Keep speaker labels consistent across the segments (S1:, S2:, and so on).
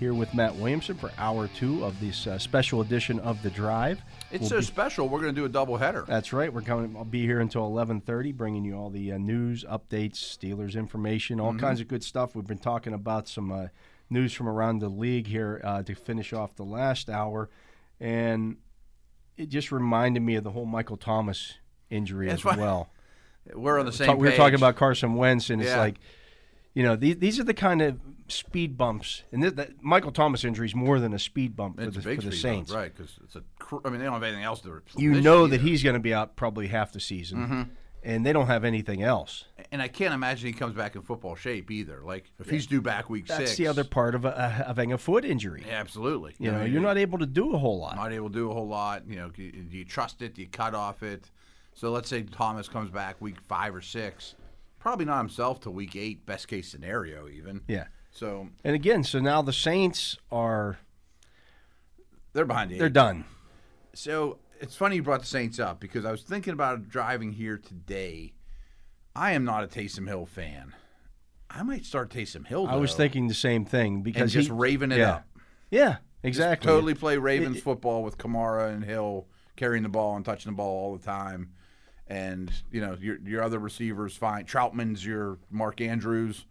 S1: here with Matt Williamson for hour two of this uh, special edition of The Drive.
S2: It's
S1: We'll
S2: so
S1: be- Uh,
S2: special. We're going to do a double header.
S1: That's right. We're coming. I'll be here until eleven thirty, bringing you all the uh, news, updates, Steelers information, all kinds of good stuff. We've been talking about some uh, news from around the league here uh, to finish off the last hour, and it just reminded me of the whole Michael Thomas injury
S2: That's
S1: as
S2: why-
S1: well.
S2: We're on the same.
S1: Talk- we were talking
S2: page.
S1: about Carson Wentz, and it's
S2: Yeah.
S1: like, you know, these, these are the kind of speed bumps, and th- that Michael Thomas injury is more than a speed bump for
S2: It's
S1: the,
S2: a big
S1: for the
S2: speed
S1: Saints.
S2: bump, right? Because it's a. Cr- I mean, they don't have anything else to. replace
S1: You
S2: this
S1: know that
S2: year. Mm-hmm.
S1: he's going to be out probably half the season, and they don't have anything else.
S2: And I can't imagine he comes back in football shape either. Like if he's due back week
S1: That's
S2: six.
S1: the other part of a, of having a foot injury.
S2: Yeah, absolutely.
S1: You
S2: I
S1: know,
S2: mean,
S1: you're not able to do a whole lot.
S2: not able to do a whole lot. You know, do you- do you trust it? Do you cut off it? So let's say Thomas comes back week five or six, probably not himself till week eight, best case scenario even.
S1: Yeah.
S2: So
S1: And again, so now the Saints are
S2: they're behind the
S1: they're
S2: eight.
S1: done.
S2: So it's funny you brought the Saints up because I was thinking about driving here today. I am not a Taysom Hill fan. I might start Taysom Hill. Though,
S1: I was thinking the same thing
S2: and
S1: because
S2: just
S1: he,
S2: raving it
S1: yeah.
S2: up.
S1: Yeah, exactly.
S2: Totally play Ravens football with Kamara and Hill carrying the ball and touching the ball all the time. And you know your your other receivers fine. Troutman's your Mark Andrews.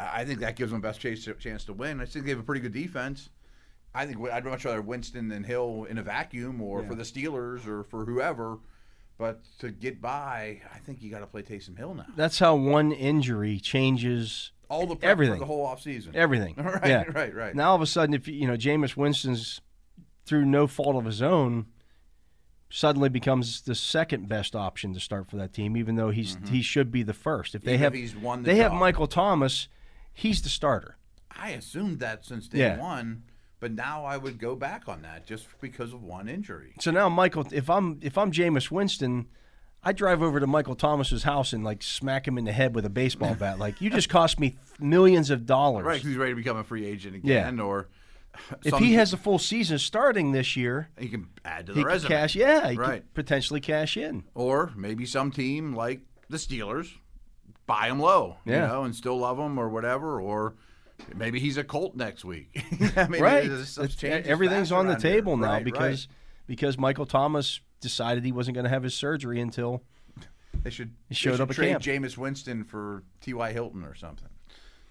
S2: I I think that gives them best chance chance to win. I think they have a pretty good defense. I think I'd much rather Winston than Hill in a vacuum, or for the Steelers, or for whoever. But to get by, I think you got to play Taysom Hill now.
S1: That's how one injury changes
S2: All the prep
S1: Everything.
S2: for the whole offseason.
S1: everything.
S2: Right,
S1: yeah.
S2: right, right.
S1: Now all of a sudden, if you you know Jameis Winston's through no fault of his own, suddenly becomes the second best option to start for that team, even though he's he should be the first. If they
S2: Mm-hmm. Even if
S1: have
S2: he's won the
S1: they have
S2: job.
S1: Michael Thomas, he's the starter.
S2: I assumed that since day
S1: Yeah.
S2: one, but now I would go back on that just because of one injury.
S1: So now Michael, if I'm if I'm Jameis Winston. I drive over to Michael Thomas's house and like smack him in the head with a baseball bat. Like you just cost me millions of dollars.
S2: Right, 'cause he's ready to become a free agent again, or
S1: If
S2: some-
S1: he has a full season starting this year,
S2: he can add to the
S1: he could
S2: resume,
S1: cash. Yeah, he could
S2: Right.
S1: potentially cash in.
S2: or maybe some team like the Steelers buy him low,
S1: Yeah.
S2: you know, and still love him or whatever, or maybe he's a Colt next week. I mean,
S1: right.
S2: there's some
S1: It's- e,
S2: changes
S1: everything's
S2: fast
S1: on the
S2: around here.
S1: table now
S2: Right, right.
S1: because because Michael Thomas decided he wasn't going to have his surgery until
S2: they should they
S1: showed
S2: should
S1: up at
S2: trade
S1: camp.
S2: Jameis Winston for T.Y. Hilton or something.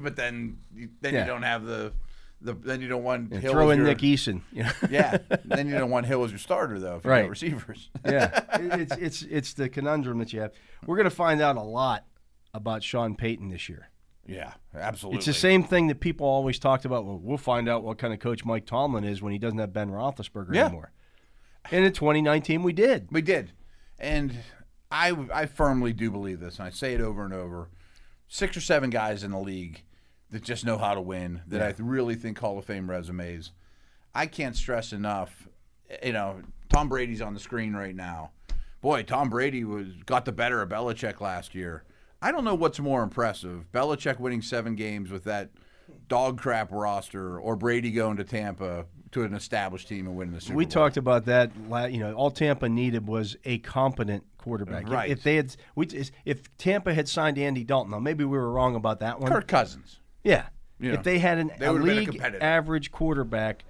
S2: but then you, then
S1: Yeah.
S2: you don't have the, the then you don't want Hill
S1: throw
S2: as
S1: in
S2: your-
S1: Nick E. Eason. You know?
S2: yeah. Then you don't want Hill as your starter though. If you
S1: Right.
S2: got receivers.
S1: yeah, It- it's it's it's the conundrum that you have. We're going to find out a lot about Sean Payton this year.
S2: yeah, absolutely.
S1: It's the same thing that people always talked about. Well, we'll find out what kind of coach Mike Tomlin is when he doesn't have Ben Roethlisberger
S2: Yeah.
S1: anymore. And in 2019, we did.
S2: We did, and I I firmly do believe this, and I say it over and over. Six or seven guys in the league that just know how to win. That I really think Hall of Fame resumes. I can't stress enough. You know, Tom Brady's on the screen right now. Boy, Tom Brady was got the better of Belichick last year. I don't know what's more impressive: Belichick winning seven games with that dog crap roster, or Brady going to Tampa to an established team and winning the Super
S1: We
S2: Bowl.
S1: talked about that. la- You know, all Tampa needed was a competent quarterback.
S2: Right.
S1: If they had, we if Tampa had signed Andy Dalton, now maybe we were wrong about that one.
S2: Kirk Cousins.
S1: yeah.
S2: Yeah.
S1: If they had an
S2: They
S1: a
S2: would've been a
S1: league
S2: competitor.
S1: average quarterback,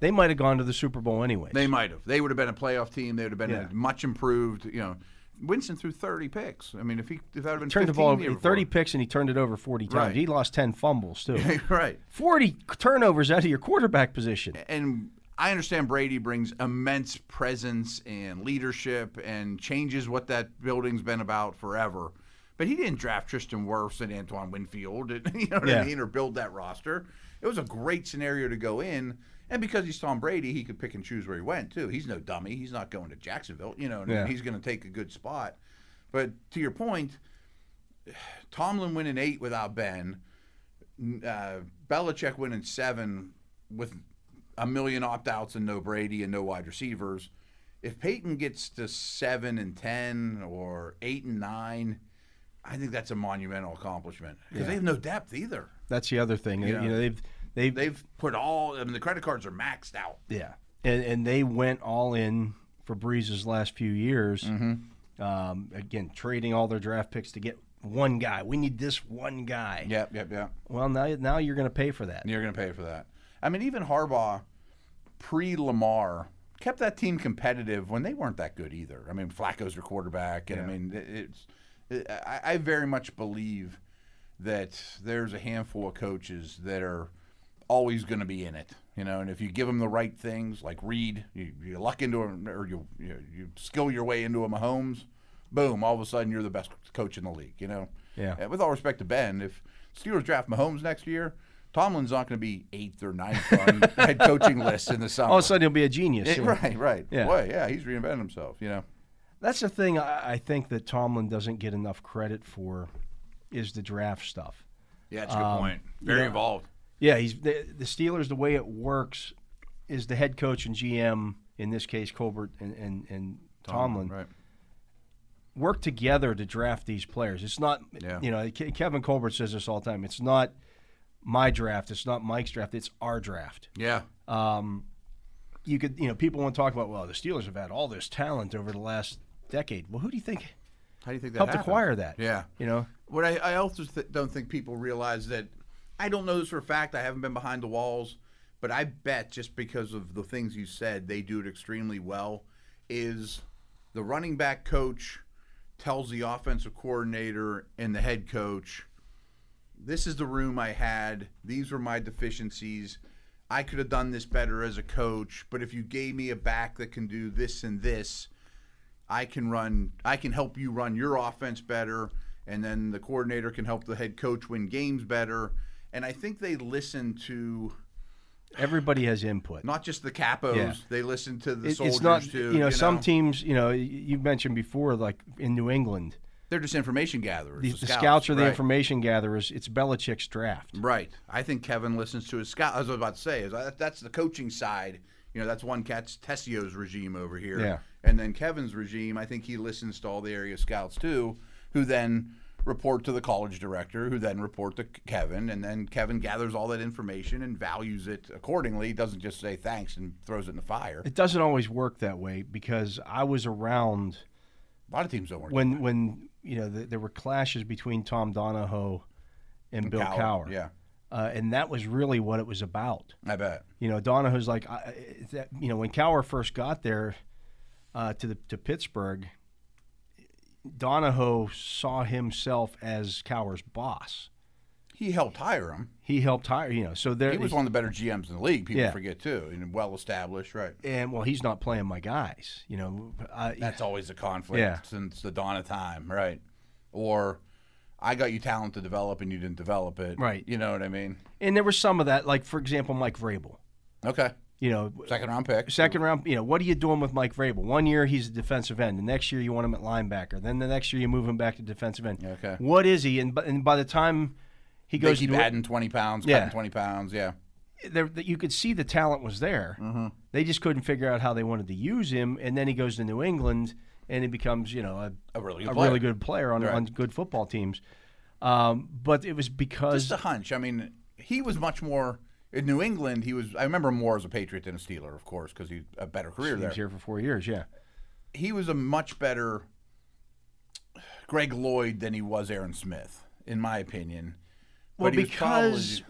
S1: they might have gone to the Super Bowl anyway.
S2: They might have. They would have been a playoff team. They would have been
S1: Yeah.
S2: a much improved. You know, Winston threw thirty picks. I mean, if he if that would have been
S1: turned the
S2: 15
S1: ball
S2: the
S1: over
S2: year
S1: 30
S2: before.
S1: picks and he turned it over 40 times.
S2: Right.
S1: He lost 10 fumbles too.
S2: right?
S1: 40 turnovers out of your quarterback position.
S2: Eh. And I understand Brady brings immense presence and leadership and changes what that building's been about forever. But he didn't draft Tristan Wirfs and Antoine Winfield, you know what
S1: Yeah.
S2: I mean, or build that roster. It was a great scenario to go in, and because he's Tom Brady, he could pick and choose where he went too. He's no dummy. He's not going to Jacksonville, you know. what I mean?
S1: Yeah.
S2: He's going to take a good spot. But to your point, Tomlin winning eight without Ben, uh, Belichick winning seven with a million opt outs and no Brady and no wide receivers. If Peyton gets to seven and ten or eight and nine, I think that's a monumental accomplishment because they have no depth either.
S1: That's the other thing. You
S2: Yeah.
S1: know, they've they've
S2: They've put all. I mean, the credit cards are maxed out.
S1: Yeah, and and they went all in for Breeze's last few years.
S2: Mm-hmm.
S1: Um, again, trading all their draft picks to get one guy. We need this one guy.
S2: Yep, yep, yep.
S1: Well, now now you're going to pay for that.
S2: You're going to pay for that. I mean, even Harbaugh, pre Lamar, kept that team competitive when they weren't that good either. I mean, Flacco's their quarterback, and I mean, it- it's. I, I very much believe that there's a handful of coaches that are always going to be in it, you know. And if you give them the right things, like Reed, you, you luck into him, or you, you you skill your way into a Mahomes, boom! All of a sudden, you're the best coach in the league, you know.
S1: Yeah.
S2: Uh, With all respect to Ben, if Steelers draft Mahomes next year, Tomlin's not going to be eighth or ninth on head coaching lists in the summer.
S1: All of a sudden, he'll be a genius.
S2: Yeah, right, right.
S1: Yeah.
S2: Boy, yeah, he's reinventing himself. You know.
S1: That's the thing I, I think that Tomlin doesn't get enough credit for is the draft stuff.
S2: Yeah, that's a good
S1: Um,
S2: point. Very involved.
S1: Yeah, he's the, the Steelers. The way it works is the head coach and GM, in this case, Colbert and and, and Tomlin,
S2: Right.
S1: work together to draft these players. It's not,
S2: Yeah.
S1: you know, Ke- Kevin Colbert says this all the time. It's not my draft. It's not Mike's draft. It's our draft.
S2: Yeah.
S1: You could, you know, people want to talk about, well, the Steelers have had all this talent over the last decade. Well, who do you think
S2: How do you think that
S1: helped
S2: happened?
S1: acquire that?
S2: Yeah.
S1: You know,
S2: What I, I also th- don't think people realize that I don't know this for a fact. I haven't been behind the walls, but I bet just because of the things you said, they do it extremely well. Is the running back coach tells the offensive coordinator and the head coach, "This is the room I had. These were my deficiencies. I could have done this better as a coach, but if you gave me a back that can do this and this." I can run I can help you run your offense better and then the coordinator can help the head coach win games better and I think they listen to
S1: everybody has input.
S2: not just the capos
S1: Yeah.
S2: they listen to the
S1: It-
S2: soldiers
S1: it's not,
S2: too
S1: you know, some teams, you know, y- you mentioned before, like in New England,
S2: they're just information gatherers
S1: the, the scouts, are the
S2: right.
S1: information gatherers. It's Belichick's draft.
S2: Right. I think Kevin listens to his scout. As I was about to say, is that, that's the coaching side. You know, that's one cat's Tessio's regime over here.
S1: Yeah.
S2: And then Kevin's regime, I think he listens to all the area scouts too, who then report to the college director, who then report to Kevin, and then Kevin gathers all that information and values it accordingly. He doesn't just say thanks and throws it in the fire.
S1: It doesn't always work that way because I was around –
S2: A lot of teams don't work.
S1: when when you know th there were clashes between Tom Donahoe and, Bill
S2: Cowher,
S1: Cowher,
S2: yeah.
S1: uh, and that was really what it was about.
S2: I bet.
S1: You know, Donahoe's like, I, I- that, you know, when Cowher first got there uh, to the to Pittsburgh, Donahoe saw himself as Cowher's boss.
S2: He helped hire him.
S1: He helped hire, you know, so there
S2: He was one of the better GMs in the league. People
S1: Yeah.
S2: forget too, and well established, right?
S1: and well, he's not playing my guys, you know. I,
S2: That's always a conflict
S1: Yeah.
S2: since the dawn of time, right? Or I got you talent to develop and you didn't develop it.
S1: Right.
S2: You know what I mean?
S1: and there was some of that, like for example, Mike Vrabel.
S2: Okay.
S1: You know,
S2: Second round pick.
S1: Second round, you know, what are you doing with Mike Vrabel? One year he's a defensive end. The next year you want him at linebacker. Then the next year you move him back to defensive end.
S2: Okay.
S1: What is he? And, bu- and by the time he
S2: They
S1: goes,
S2: keep
S1: to,
S2: adding 20 pounds,
S1: Yeah.
S2: cutting 20 pounds. Yeah.
S1: there, that you could see the talent was there.
S2: Mm-hmm.
S1: They just couldn't figure out how they wanted to use him. And then he goes to New England and he becomes, you know, a,
S2: A really good
S1: a
S2: player.
S1: really good player on,
S2: Right.
S1: on good football teams. Um, but it was because
S2: Just a hunch. I mean, he was much more in New England. He was, I remember him more as a Patriot than a Steeler, of course, because he a better career
S1: he
S2: there.
S1: was here for four years. Yeah.
S2: he was a much better Greg Lloyd than he was Aaron Smith, in my opinion.
S1: Well,
S2: But he was probably-
S1: because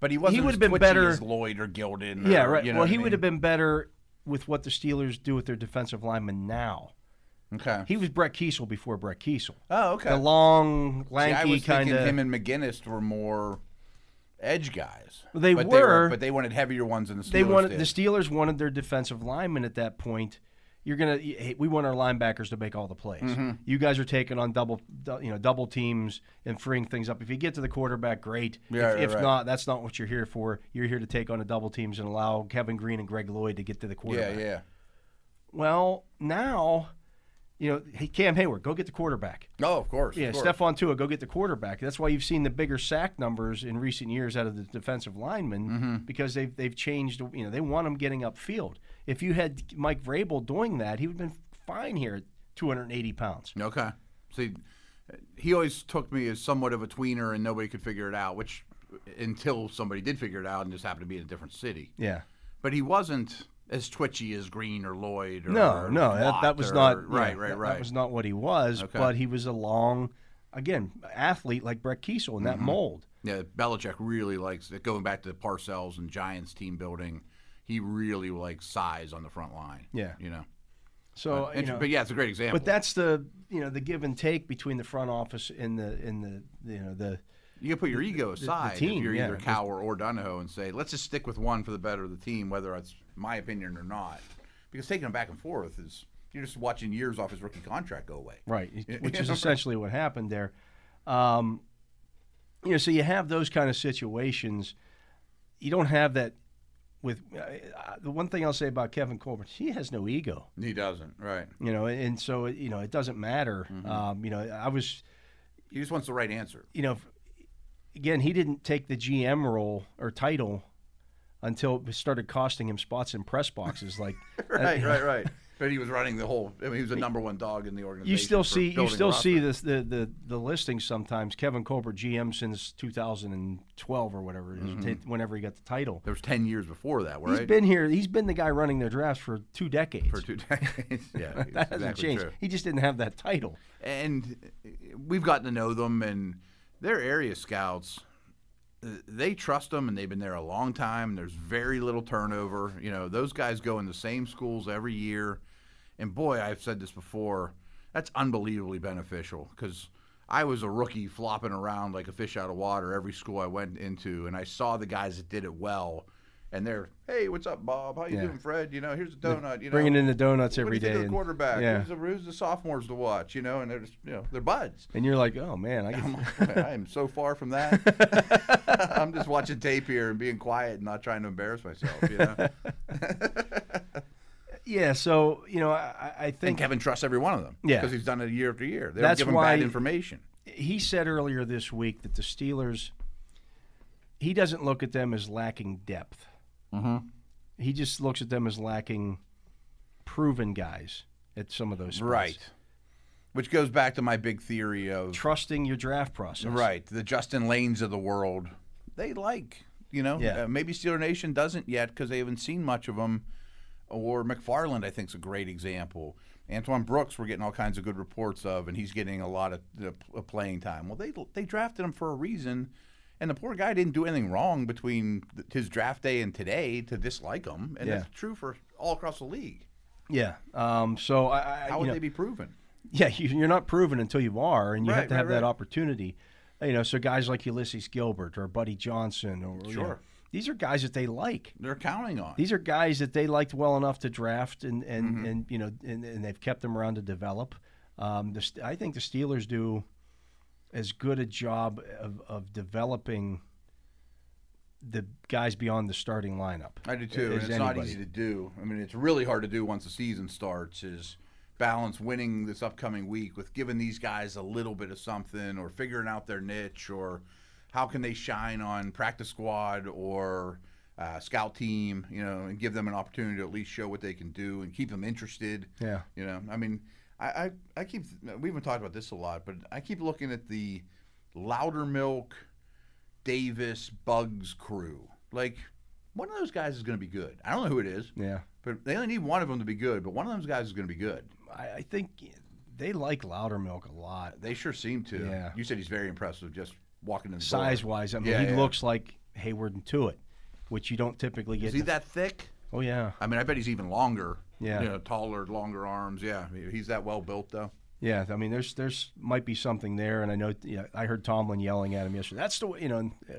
S2: But he wasn't.
S1: He
S2: would
S1: would've
S2: have
S1: been better-
S2: as Lloyd or Gilden. Or,
S1: Yeah, right.
S2: You know
S1: well,
S2: what
S1: he
S2: I
S1: would have
S2: mean?
S1: been better with what the Steelers do with their defensive linemen now.
S2: Okay.
S1: He was Brett Kiesel before Brett Kiesel.
S2: oh, okay.
S1: The long,
S2: See, I
S1: lanky
S2: was
S1: kind
S2: thinking him
S1: of.
S2: and McGinnis were more edge guys.
S1: Well, they
S2: but
S1: were.
S2: but they wanted heavier ones than the Steelers
S1: They wanted
S2: did.
S1: the Steelers wanted their defensive linemen at that point. You're gonna. Hey, we want our linebackers to make all the plays.
S2: Mm-hmm.
S1: You guys are taking on double, du- you know, double teams and freeing things up. If you get to the quarterback, great.
S2: Yeah,
S1: if
S2: right,
S1: if
S2: right.
S1: not, that's not what you're here for. You're here to take on the double teams and allow Kevin Green and Greg Lloyd to get to the quarterback.
S2: yeah, yeah,
S1: Well, now, you know, hey, Cam Hayward, go get the quarterback.
S2: Oh, of course.
S1: Yeah,
S2: of course.
S1: Stephon Tua, go get the quarterback. That's why you've seen the bigger sack numbers in recent years out of the defensive linemen
S2: Mm-hmm.
S1: because they've they've changed. You know, they want them getting upfield. If you had Mike Vrabel doing that, he would have been fine here at 280 pounds.
S2: Okay. See, he always took me as somewhat of a tweener, and nobody could figure it out. Which until somebody did figure it out and just happened to be in a different city.
S1: Yeah.
S2: But he wasn't as twitchy as Green or Lloyd. Or,
S1: No,
S2: or
S1: no, that, that
S2: Watt
S1: was
S2: or-
S1: not yeah,
S2: right, right,
S1: that-
S2: right.
S1: That was not what he was,
S2: Okay.
S1: but he was a long, again, athlete like Brett Kiesel in that
S2: Mm-hmm.
S1: mold.
S2: Yeah, Belichick really likes it. Going back to the Parcells and Giants team building, he really likes size on the front line.
S1: Yeah.
S2: you know.
S1: So, you
S2: Inter-
S1: know,
S2: but yeah, it's a great example.
S1: but that's the you know the give and take between the front office and the in the you know the
S2: you can put your ego aside
S1: team,
S2: if you're
S1: yeah,
S2: either
S1: just-
S2: Cowher or Donahoe and say, let's just stick with one for the better of the team, whether that's my opinion or not. Because taking them back and forth is you're just watching years off his rookie contract go away.
S1: Right,
S2: Yeah,
S1: which
S2: yeah,
S1: is
S2: right.
S1: essentially what happened there. Um, you know, so you have those kind of situations. You don't have that with uh, the one thing I'll say about Kevin Colbert. He has no ego,
S2: He doesn't. Right.
S1: you know, and so you know it doesn't matter.
S2: Mm-hmm.
S1: Um, you know, I was,
S2: He just wants the right answer.
S1: you know, again, he didn't take the GM role or title until it started costing him spots in press boxes. Like, uh,
S2: Right, right, right. But he was running the whole. I mean, he was a number one dog in the organization.
S1: you still
S2: for
S1: see you
S2: building a
S1: still see
S2: roster.
S1: this the the the listings sometimes Kevin Colbert GM since 2012 or whatever it is, t- whenever he got the title.
S2: There was ten years before that, Mm-hmm. right?
S1: He's been here. He's been the guy running their drafts for two decades.
S2: for two decades. yeah, it's
S1: that hasn't
S2: exactly
S1: changed.
S2: true.
S1: He just didn't have that title.
S2: And uh, we've gotten to know them, and their area scouts, uh, they trust them, and they've been there a long time. and There's very little turnover. You know, those guys go in the same schools every year, and boy, I've said this before. That's unbelievably beneficial because I was a rookie flopping around like a fish out of water every school I went into, and I saw the guys that did it well, and they're, hey, what's up, Bob? How you
S1: Yeah.
S2: doing, Fred? You know, here's a donut. You know,
S1: Bringing in the donuts
S2: what do
S1: every
S2: you
S1: day.
S2: think of the
S1: and-
S2: quarterback?
S1: Yeah.
S2: Who's, the, who's the sophomores to watch? You know, and they're just you know they're buds.
S1: And you're like, oh man, I
S2: I'm
S1: get,
S2: like, "Man, I am so far from that. I'm just watching tape here and being quiet and not trying to embarrass myself. You know,
S1: yeah. So you know, I, I I
S2: and
S1: think
S2: Kevin trusts every one of them.
S1: Yeah.
S2: because he's done it year after year. They don't
S1: That's
S2: give him
S1: why-
S2: bad information.
S1: he said earlier this week that the Steelers, he doesn't look at them as lacking depth. Mm-hmm. He just looks at them as lacking proven guys at some of those spots.
S2: Which goes back to my big theory of
S1: Trusting your draft process.
S2: Right. The Justin Lanes of the world, they like, you know,
S1: Yeah.
S2: uh, maybe Steeler Nation doesn't yet because they haven't seen much of them. Or McFarland, I think, is a great example. Antoine Brooks, we're getting all kinds of good reports of, and he's getting a lot of uh, p- uh, playing time. Well, they they drafted him for a reason, and the poor guy didn't do anything wrong between th- his draft day and today to dislike him, and
S1: Yeah.
S2: that's true for all across the league.
S1: Yeah. Um, so I, I
S2: How
S1: you
S2: would
S1: know,
S2: they be proven?
S1: yeah, you, you're not proven until you are, and you have
S2: Right,
S1: to have
S2: right,
S1: that
S2: right.
S1: opportunity. You know, so guys like Ulysses Gilbert or Buddy Johnson or you know,
S2: Sure.
S1: these are guys that they like.
S2: They're counting on.
S1: these are guys that they liked well enough to draft and and,
S2: Mm-hmm.
S1: and you know and, and they've kept them around to develop um, the, St- i think the steelers do as good a job of, of developing the guys beyond the starting lineup
S2: I do too, and
S1: as
S2: it's not
S1: anybody.
S2: easy to do. I mean, it's really hard to do once the season starts. Is balance winning this upcoming week with giving these guys a little bit of something, or figuring out their niche, or how can they shine on practice squad or uh, scout team? You know, and give them an opportunity to at least show what they can do and keep them interested.
S1: Yeah.
S2: You know, I mean, I, I, I keep, we haven't talked about this a lot, but I keep looking at the Loudermilk, Davis, Bugs crew. Like, one of those guys is going to be good. I don't know who it is,
S1: yeah
S2: but they only need one of them to be good, but one of those guys is going to be good.
S1: I, I think they like loudermilk a lot
S2: They sure seem to.
S1: Yeah.
S2: You said he's very impressive just walking in the door.
S1: size wise i mean
S2: Yeah,
S1: he
S2: yeah.
S1: looks like hayward and Tuitt, which you don't typically get
S2: Is he
S1: in the-
S2: that thick?
S1: oh yeah
S2: I mean, I bet he's even longer.
S1: Yeah.
S2: You know, taller, longer arms. Yeah. He's that well built, though.
S1: Yeah, I mean, there's there's might be something there, and I know you know, I heard Tomlin yelling at him yesterday. That's the way, you know, and, uh,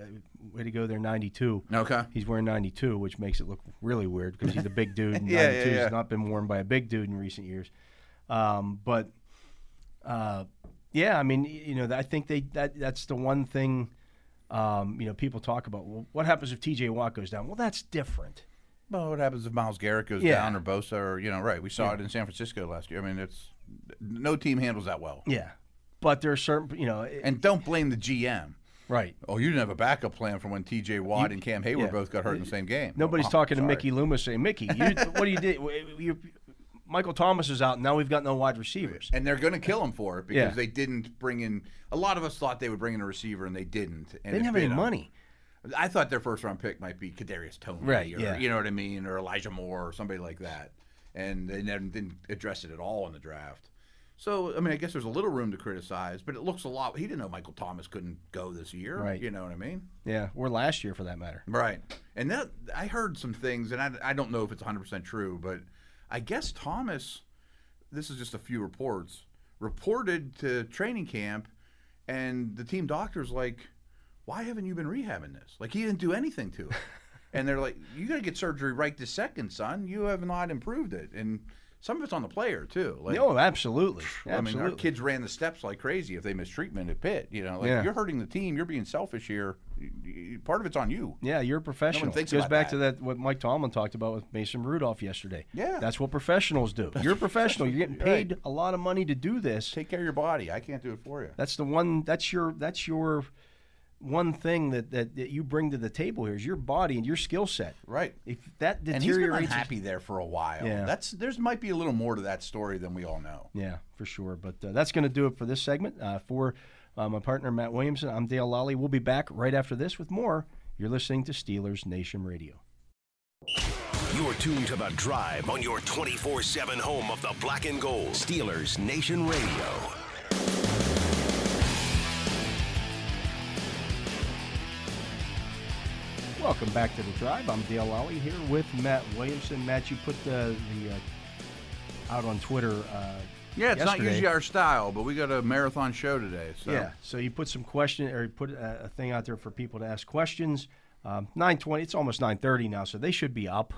S1: way to go there, 92.
S2: Okay.
S1: He's wearing 92, which makes it look really weird because he's a big dude. And
S2: Yeah, yeah,
S1: 92's
S2: yeah.
S1: not been worn by a big dude in recent years. Um, but uh, yeah, I mean, you know, I think they that that's the one thing. Um, you know, people talk about well, what happens if T.J. Watt goes down. Well, that's different.
S2: Well, what happens if Miles Garrett goes
S1: Yeah.
S2: down or Bosa or you know, right? We saw it in San Francisco last year. I mean, it's no team handles that well.
S1: Yeah, but there are certain, you know, it-
S2: And don't blame the GM.
S1: right.
S2: Oh, you didn't have a backup plan for when T.J. Watt and Cam Hayward
S1: yeah.
S2: both got hurt in the same game.
S1: Nobody's
S2: Oh,
S1: talking to
S2: sorry.
S1: Mickey Loomis saying, Mickey, you, what do you did? You, Michael Thomas is out. Now we've got no wide receivers.
S2: And they're going to kill him for it
S1: Yeah.
S2: because they didn't bring in. A lot of us thought they would bring in a receiver, and they didn't. And
S1: They didn't
S2: it's
S1: have any
S2: been a-
S1: money.
S2: I thought their first round pick might be Kadarius Tony,
S1: Right,
S2: Or,
S1: yeah.
S2: You know what I mean, or Elijah Moore, or somebody like that. And they never, didn't address it at all in the draft. So I mean, I guess there's a little room to criticize, but it looks a lot. He didn't know Michael Thomas couldn't go this year.
S1: Right.
S2: You know what I mean?
S1: Yeah, or last year for that matter.
S2: Right. And that I heard some things, and I, I don't know if it's 100% true, but I guess Thomas, this is just a few reports, reported to training camp, and the team doctor's like, why haven't you been rehabbing this? Like, he didn't do anything to it. and they're like, you got to get surgery right this second, son. You have not improved it. And some of it's on the player, too. Like,
S1: No, absolutely,
S2: I mean, our
S1: absolutely.
S2: kids ran the steps like crazy if they missed treatment at Pitt. You know, like,
S1: Yeah.
S2: you're hurting the team. You're being selfish here. Y- y- Part of it's on you.
S1: Yeah, you're a professional.
S2: thinks
S1: Goes
S2: about
S1: back
S2: that.
S1: to that what Mike Tomlin talked about with Mason Rudolph yesterday.
S2: Yeah.
S1: that's what professionals do. You're a professional. You're getting
S2: Right.
S1: paid a lot of money to do this.
S2: take care of your body. I can't do it for you.
S1: That's the one. That's your. That's your one thing that that, that you bring to the table here is your body and your skill set.
S2: Right.
S1: If that
S2: And he's been
S1: deteriorates,
S2: unhappy there for a while.
S1: Yeah.
S2: That's there's might be a little more to that story than we all know.
S1: Yeah, for sure. But uh, that's going to do it for this segment. Uh, for uh, my partner, Matt Williamson, I'm Dale Lally. We'll be back right after this with more. You're listening to Steelers Nation Radio.
S3: You're tuned to The Drive on your 24 7 home of the black and gold. Steelers Nation Radio.
S1: Welcome back to The Drive. I'm Dale Lally here with Matt Williamson. Matt, you put the, the uh, out on Twitter. Uh,
S2: Yeah, it's
S1: yesterday.
S2: not usually our style, but we got a marathon show today. So
S1: Yeah. So you put some question or you put a, a thing out there for people to ask questions. Um, 9:20. It's almost 9:30 now, so they should be up.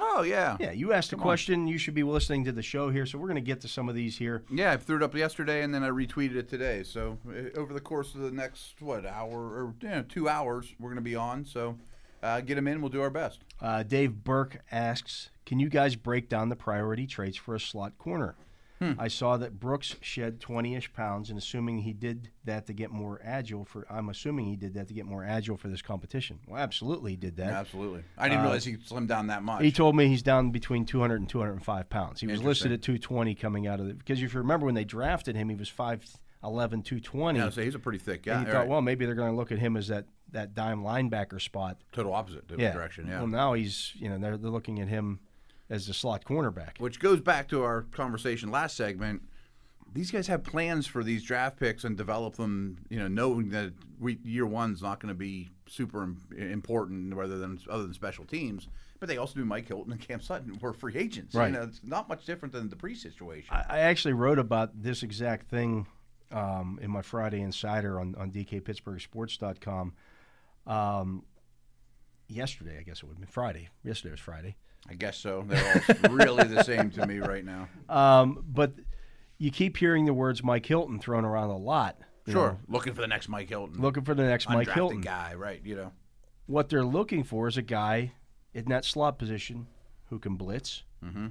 S2: Oh yeah.
S1: Yeah. You asked a
S2: on.
S1: question. You should be listening to the show here. So we're going to get to some of these here.
S2: Yeah, I threw it up yesterday and then I retweeted it today. So uh, over the course of the next what hour or you know, two hours, we're gonna be on. So uh, get them in. We'll do our best.
S1: Uh, Dave Burke asks, "Can you guys break down the priority traits for a slot corner?"
S2: Hmm.
S1: I saw that Brooks shed 20-ish pounds, and assuming he did that to get more agile for, I'm assuming he did that to get more agile for this competition. Well, absolutely he did that.
S2: Absolutely. I didn't realize he slimmed down that much.
S1: Uh, He told me he's down between 200 and 205 pounds. He was listed at 220 coming out of the because if you remember when they drafted him, he was 5'11", 220.
S2: yeah, so he's a pretty thick guy.
S1: and you
S2: All
S1: thought,
S2: right.
S1: well, maybe they're going to look at him as that that dime linebacker spot.
S2: Total opposite to direction. Yeah.
S1: Well, now he's you know they're they're looking at him as the slot cornerback.
S2: which goes back to our conversation last segment. These guys have plans for these draft picks and develop them, you know, knowing that we, year one's not going to be super im- important, rather than other than special teams. But they also do Mike Hilton and Cam Sutton were free agents.
S1: Right.
S2: You know, it's not much different than the pre situation.
S1: I I actually wrote about this exact thing um, in my Friday Insider on, on DKPittsburghSports.com um, yesterday. I guess it would have been Friday. Yesterday was Friday.
S2: I guess so. They're all really the same to me right now.
S1: Um, but you keep hearing the words Mike Hilton thrown around a lot. you
S2: Sure,
S1: know,
S2: looking for the next Mike Hilton,
S1: looking for the next Mike
S2: Undrafted
S1: Hilton.
S2: guy, right? You know,
S1: What they're looking for is a guy in that slot position who can blitz,
S2: Mm-hmm.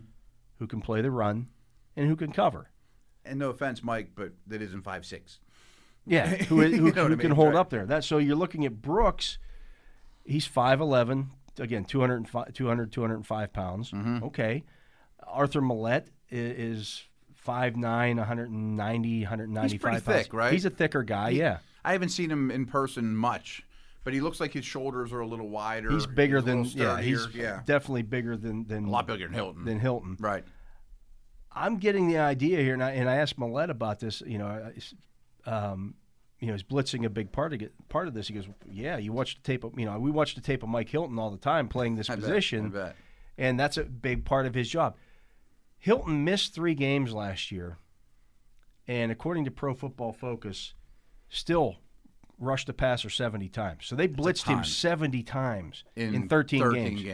S1: who can play the run, and who can cover.
S2: and no offense, Mike, but that isn't five six.
S1: Yeah, who, who,
S2: You
S1: who
S2: know what I
S1: can
S2: mean,
S1: hold
S2: right.
S1: up there. That so you're looking at Brooks. He's 5'11", again 205, 200, 205 pounds.
S2: Mm-hmm.
S1: Okay, Arthur Millette i- is 5'9", 190, 195
S2: pretty
S1: pounds.
S2: thick, right?
S1: He's a thicker guy. yeah,
S2: I haven't seen him in person much, but he looks like his shoulders are a little wider.
S1: he's bigger
S2: a
S1: than
S2: little
S1: yeah. He's
S2: sturdier. yeah,
S1: definitely bigger than than
S2: a lot bigger than Hilton.
S1: than Hilton.
S2: right.
S1: I'm getting the idea here, and I, and I asked Millette about this. You know, I- is- um, you know, is blitzing a big part of it, part of this? He goes, "Yeah, you watch the tape. Of, you know, we watch the tape of Mike Hilton all the time playing this
S2: I bet,
S1: position,
S2: I bet.
S1: and that's a big part of his job." Hilton missed three games last year, and according to Pro Football Focus, still rushed the passer 70 times. So they blitzed him
S2: ton.
S1: 70 times in, 13, games.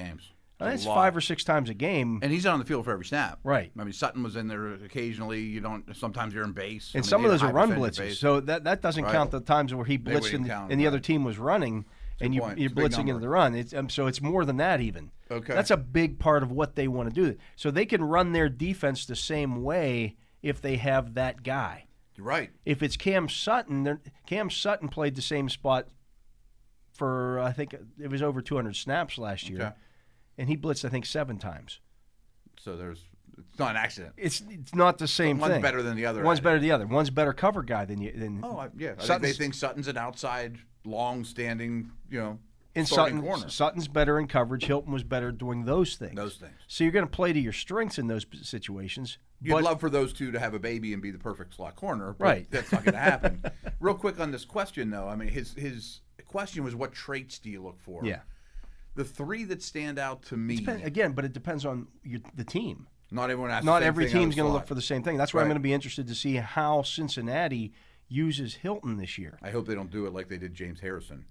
S1: Now,
S2: It's
S1: that's
S2: a lot.
S1: five or six times a game.
S2: And he's on the field for every snap.
S1: Right.
S2: I mean, Sutton was in there occasionally. You don't. Sometimes you're in base. I
S1: And
S2: mean,
S1: some
S2: they
S1: of those
S2: had
S1: are
S2: high
S1: run
S2: percentage
S1: blitzes,
S2: base.
S1: so that that doesn't count the times where he blitzed
S2: wouldn't
S1: and,
S2: count,
S1: and the other
S2: right.
S1: team was running, and you,
S2: point.
S1: you're
S2: It's a big
S1: blitzing into
S2: number.
S1: the run. It's, um, so it's more than that even.
S2: Okay.
S1: that's a big part of what they want to do. So they can run their defense the same way if they have that guy.
S2: You're right.
S1: If it's Cam Sutton, they're- Cam Sutton played the same spot for I think it was over 200 snaps last year,
S2: Okay.
S1: and he blitzed I think seven times.
S2: So there's It's not an accident.
S1: It's it's not the same
S2: One's
S1: thing.
S2: better than the other.
S1: One's
S2: at it.
S1: better than the other. One's better cover guy than you than
S2: Oh, I, yeah. I think they
S1: Sutton's-
S2: think Sutton's an outside, long-standing, you know,
S1: in
S2: starting
S1: Sutton.
S2: corner.
S1: Sutton's better in coverage. Hilton was better doing those things.
S2: Those things.
S1: So you're going to play to your strengths in those p- situations.
S2: You'd
S1: but
S2: love for those two to have a baby and be the perfect slot corner, but
S1: Right.
S2: That's not going to happen. Real quick on this question, though. I mean, his his question was, what traits do you look for?
S1: yeah,
S2: The three that stand out to me.
S1: Depend- again, but it depends on your, the team.
S2: Not everyone has.
S1: Not every team's
S2: going to
S1: look for the same thing. That's why I'm
S2: Right.
S1: going to be interested to see how Cincinnati uses Hilton this year.
S2: I hope they don't do it like they did James Harrison.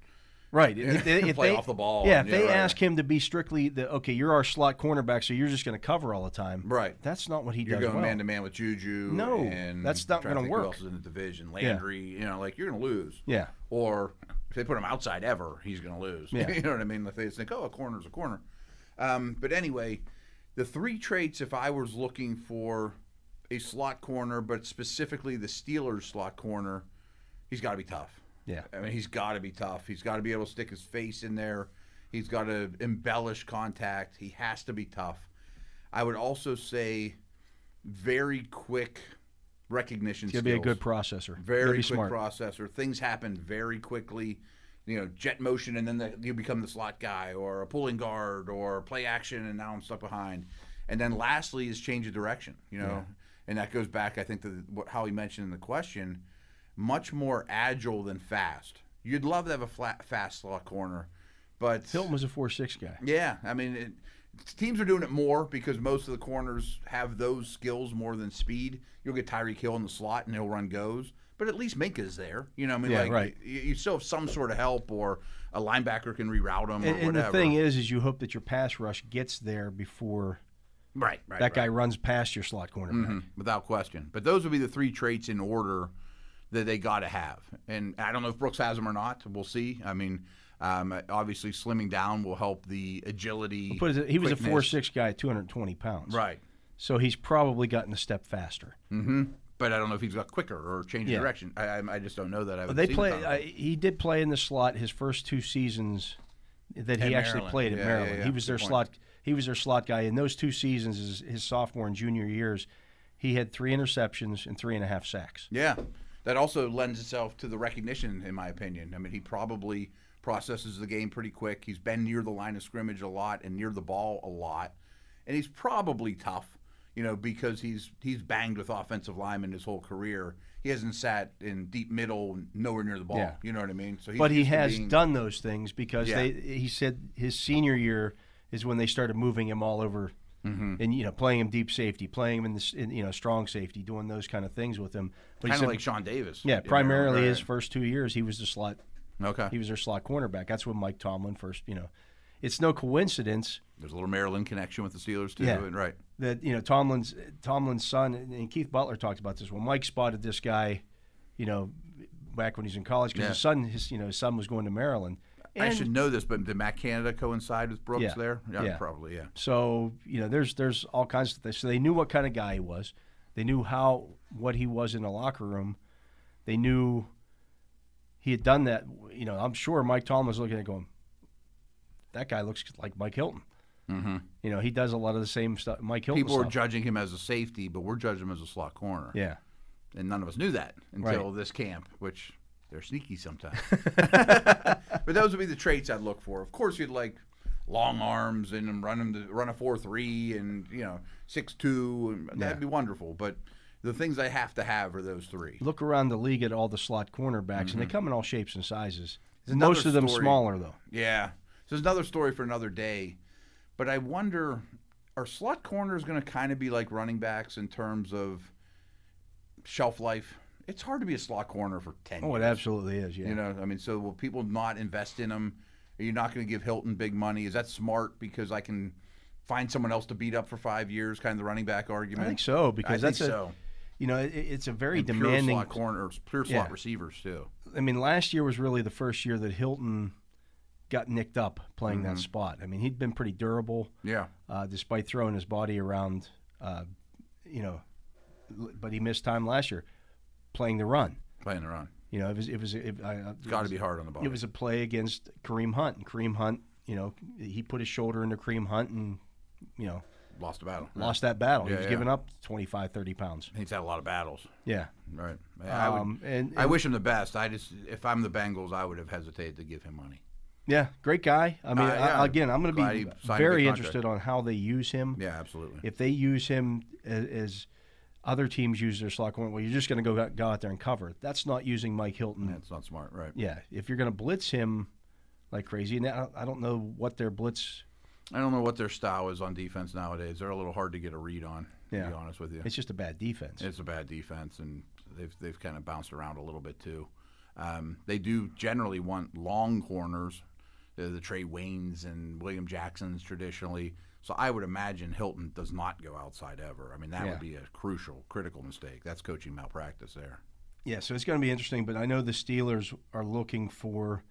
S1: Right. If they, if
S2: Play
S1: they-
S2: off the ball
S1: Yeah. If
S2: and- yeah,
S1: they
S2: right, right.
S1: ask him to be strictly the okay, you're our slot cornerback, so you're just going to cover all the time.
S2: Right.
S1: That's not what he
S2: You're
S1: does.
S2: going
S1: well.
S2: man to man with Juju.
S1: No,
S2: and
S1: that's not
S2: trying
S1: gonna
S2: think who
S1: work.
S2: else is in the division? Landry. You know, like you're going to lose.
S1: Yeah.
S2: Or if they put him outside ever, he's going to lose.
S1: Yeah.
S2: you know what I mean? If they think, oh, a corner's a corner. Um, but anyway, the three traits, if I was looking for a slot corner, but specifically the Steelers slot corner, he's got to be tough.
S1: Yeah.
S2: I mean, he's got to be tough. He's got to be able to stick his face in there. He's got to embellish contact. He has to be tough. I would also say very quick recognition
S1: He'll be
S2: skills.
S1: a good processor. He'll
S2: very
S1: be
S2: quick
S1: smart.
S2: processor. Things happen very quickly. You know, jet motion, and then the, you become the slot guy, or a pulling guard, or play action, and now I'm stuck behind. And then lastly is change of direction. You know, and that goes back, I think, to the, what, how he mentioned in the question. Much more agile than fast. You'd love to have a flat, fast slot corner, but
S1: Hilton was a four six guy.
S2: yeah, I mean, it, teams are doing it more because most of the corners have those skills more than speed. You'll get Tyreek Hill in the slot and he'll run goes, but at least Minka's there. You know, what I mean,
S1: Yeah,
S2: like
S1: right.
S2: you, you still have some sort of help or a linebacker can reroute him
S1: And,
S2: or
S1: and
S2: whatever.
S1: the thing is, is you hope that your pass rush gets there before
S2: right, right,
S1: that guy
S2: right.
S1: runs past your slot cornerback.
S2: Mhm, without question. But those would be the three traits in order that they got to have. And I don't know if Brooks has them or not. We'll see. I mean, um, obviously, slimming down will help the agility.
S1: Put it, he was a
S2: quickness.
S1: four six guy, two hundred twenty pounds.
S2: right?
S1: So he's probably gotten a step faster.
S2: but I don't know if he's got quicker or changed
S1: Yeah.
S2: direction. I, I, I just don't know that. I haven't
S1: They
S2: seen
S1: play.
S2: the
S1: Uh,
S2: combine.
S1: he did play in the slot his first two seasons that he
S2: At
S1: actually
S2: Maryland.
S1: played at
S2: Yeah, yeah,
S1: Maryland.
S2: yeah.
S1: He was their
S2: Good point.
S1: slot. He was their slot guy in those two seasons, his, his sophomore and junior years. He had three interceptions and three and a half sacks.
S2: yeah, that also lends itself to the recognition, in my opinion. I mean, he probably processes the game pretty quick. He's been near the line of scrimmage a lot and near the ball a lot, and he's probably tough. You know, because he's he's banged with offensive linemen his whole career. He hasn't sat in deep middle, nowhere near the ball.
S1: Yeah.
S2: You know what I mean? So he's
S1: But he
S2: used to
S1: has
S2: being-
S1: done those things because
S2: Yeah.
S1: they. He said his senior year is when they started moving him all over,
S2: Mm-hmm.
S1: and you know playing him deep safety, playing him in the s- in, you know strong safety, doing those kind of things with him. But he
S2: kind of
S1: said-
S2: like Sean Davis.
S1: yeah,
S2: in Maryland.
S1: primarily
S2: Right.
S1: his first two years he was the slot
S2: Okay,
S1: He was their slot cornerback. That's when Mike Tomlin first, you know, it's no coincidence
S2: there's a little Maryland connection with the Steelers too.
S1: Yeah.
S2: And, right.
S1: that you know Tomlin's Tomlin's son and Keith Butler talked about this. Well, Mike spotted this guy, you know, back when he's in college because
S2: Yeah.
S1: his son, his you know, his son was going to Maryland.
S2: I
S1: And
S2: should know this, but did Matt Canada coincide with Brooks
S1: Yeah.
S2: there?
S1: Yeah.
S2: probably. Yeah.
S1: So you know, there's there's all kinds of things. So they knew what kind of guy he was. They knew how what he was in the locker room. They knew he had done that. You know, I'm sure Mike Tomlin was looking at it going, that guy looks like Mike Hilton. You know, he does a lot of the same stuff. Mike Hilton.
S2: Mm-hmm. People are
S1: stuff.
S2: judging him as a safety, but we're judging him as a slot corner.
S1: yeah.
S2: And none of us knew that until this camp, which they're sneaky sometimes. but those would be the traits I'd look for. Of course, you'd like long arms and run him to run a four three and you know six two. And that'd be wonderful. But the things I have to have are those three.
S1: Look around the league at all the slot cornerbacks, and they come in all shapes and sizes.
S2: Mm-hmm. another
S1: Most of them
S2: story.
S1: smaller though.
S2: Yeah. So it's another story for another day. But I wonder are slot corners going to kind of be like running backs in terms of shelf life? It's hard to be a slot corner for 10
S1: Oh, it
S2: years.
S1: absolutely is. Yeah.
S2: You know, I mean, so will people not invest in them? Are you not going to give Hilton big money? Is that smart because I can find someone else to beat up for five years? Kind of the running back
S1: I
S2: argument.
S1: think so because
S2: I
S1: that's
S2: think
S1: a
S2: so.
S1: you know it, it's a very
S2: And
S1: demanding
S2: pure slot corners, pure slot
S1: Yeah.
S2: receivers too.
S1: I mean, last year was really the first year that Hilton got nicked up playing
S2: Mm-hmm.
S1: that spot. I mean, he'd been pretty durable
S2: Yeah,
S1: uh, despite throwing his body around, uh, you know, l- but he missed time last year playing the run.
S2: playing the run.
S1: You know, it was it was it, I, I-
S2: Got to be hard on the ball.
S1: it was a play against Kareem Hunt, and Kareem Hunt, you know, he put his shoulder into Kareem Hunt, and you know,
S2: lost a battle.
S1: Lost that battle.
S2: Yeah,
S1: he was
S2: yeah.
S1: giving up 25, 30 pounds.
S2: He's had a lot of battles.
S1: Yeah.
S2: Right. I, I would-
S1: Um, and,
S2: I wish him the best. I just, if I'm the Bengals, I would have hesitated to give him money.
S1: Yeah, great guy. I mean,
S2: Uh, yeah,
S1: I, again, I'm going
S2: glad
S1: to
S2: he
S1: be
S2: signed a
S1: very
S2: big contract.
S1: interested on how they use him.
S2: Yeah, absolutely.
S1: If they use him as, as other teams use their slot corner, well, you're just going to go out- go out there and cover. That's not using Mike Hilton.
S2: That's not smart, right?
S1: Mm. yeah, if you're going to blitz him like crazy, and I, I don't know what their blitz.
S2: I don't know what their style is on defense nowadays. They're a little hard to get a read on.
S1: Yeah.
S2: To be honest with you,
S1: It's just a bad defense.
S2: It's a bad defense, and they've they've kind of bounced around a little bit too. Um, they do generally want long corners, the, the Trey Waynes and William Jacksons traditionally. So I would imagine Hilton does not go outside ever. I mean, that
S1: Yeah.
S2: would be a crucial, critical mistake. That's coaching malpractice there.
S1: Yeah, so it's going to be interesting. But I know the Steelers are looking for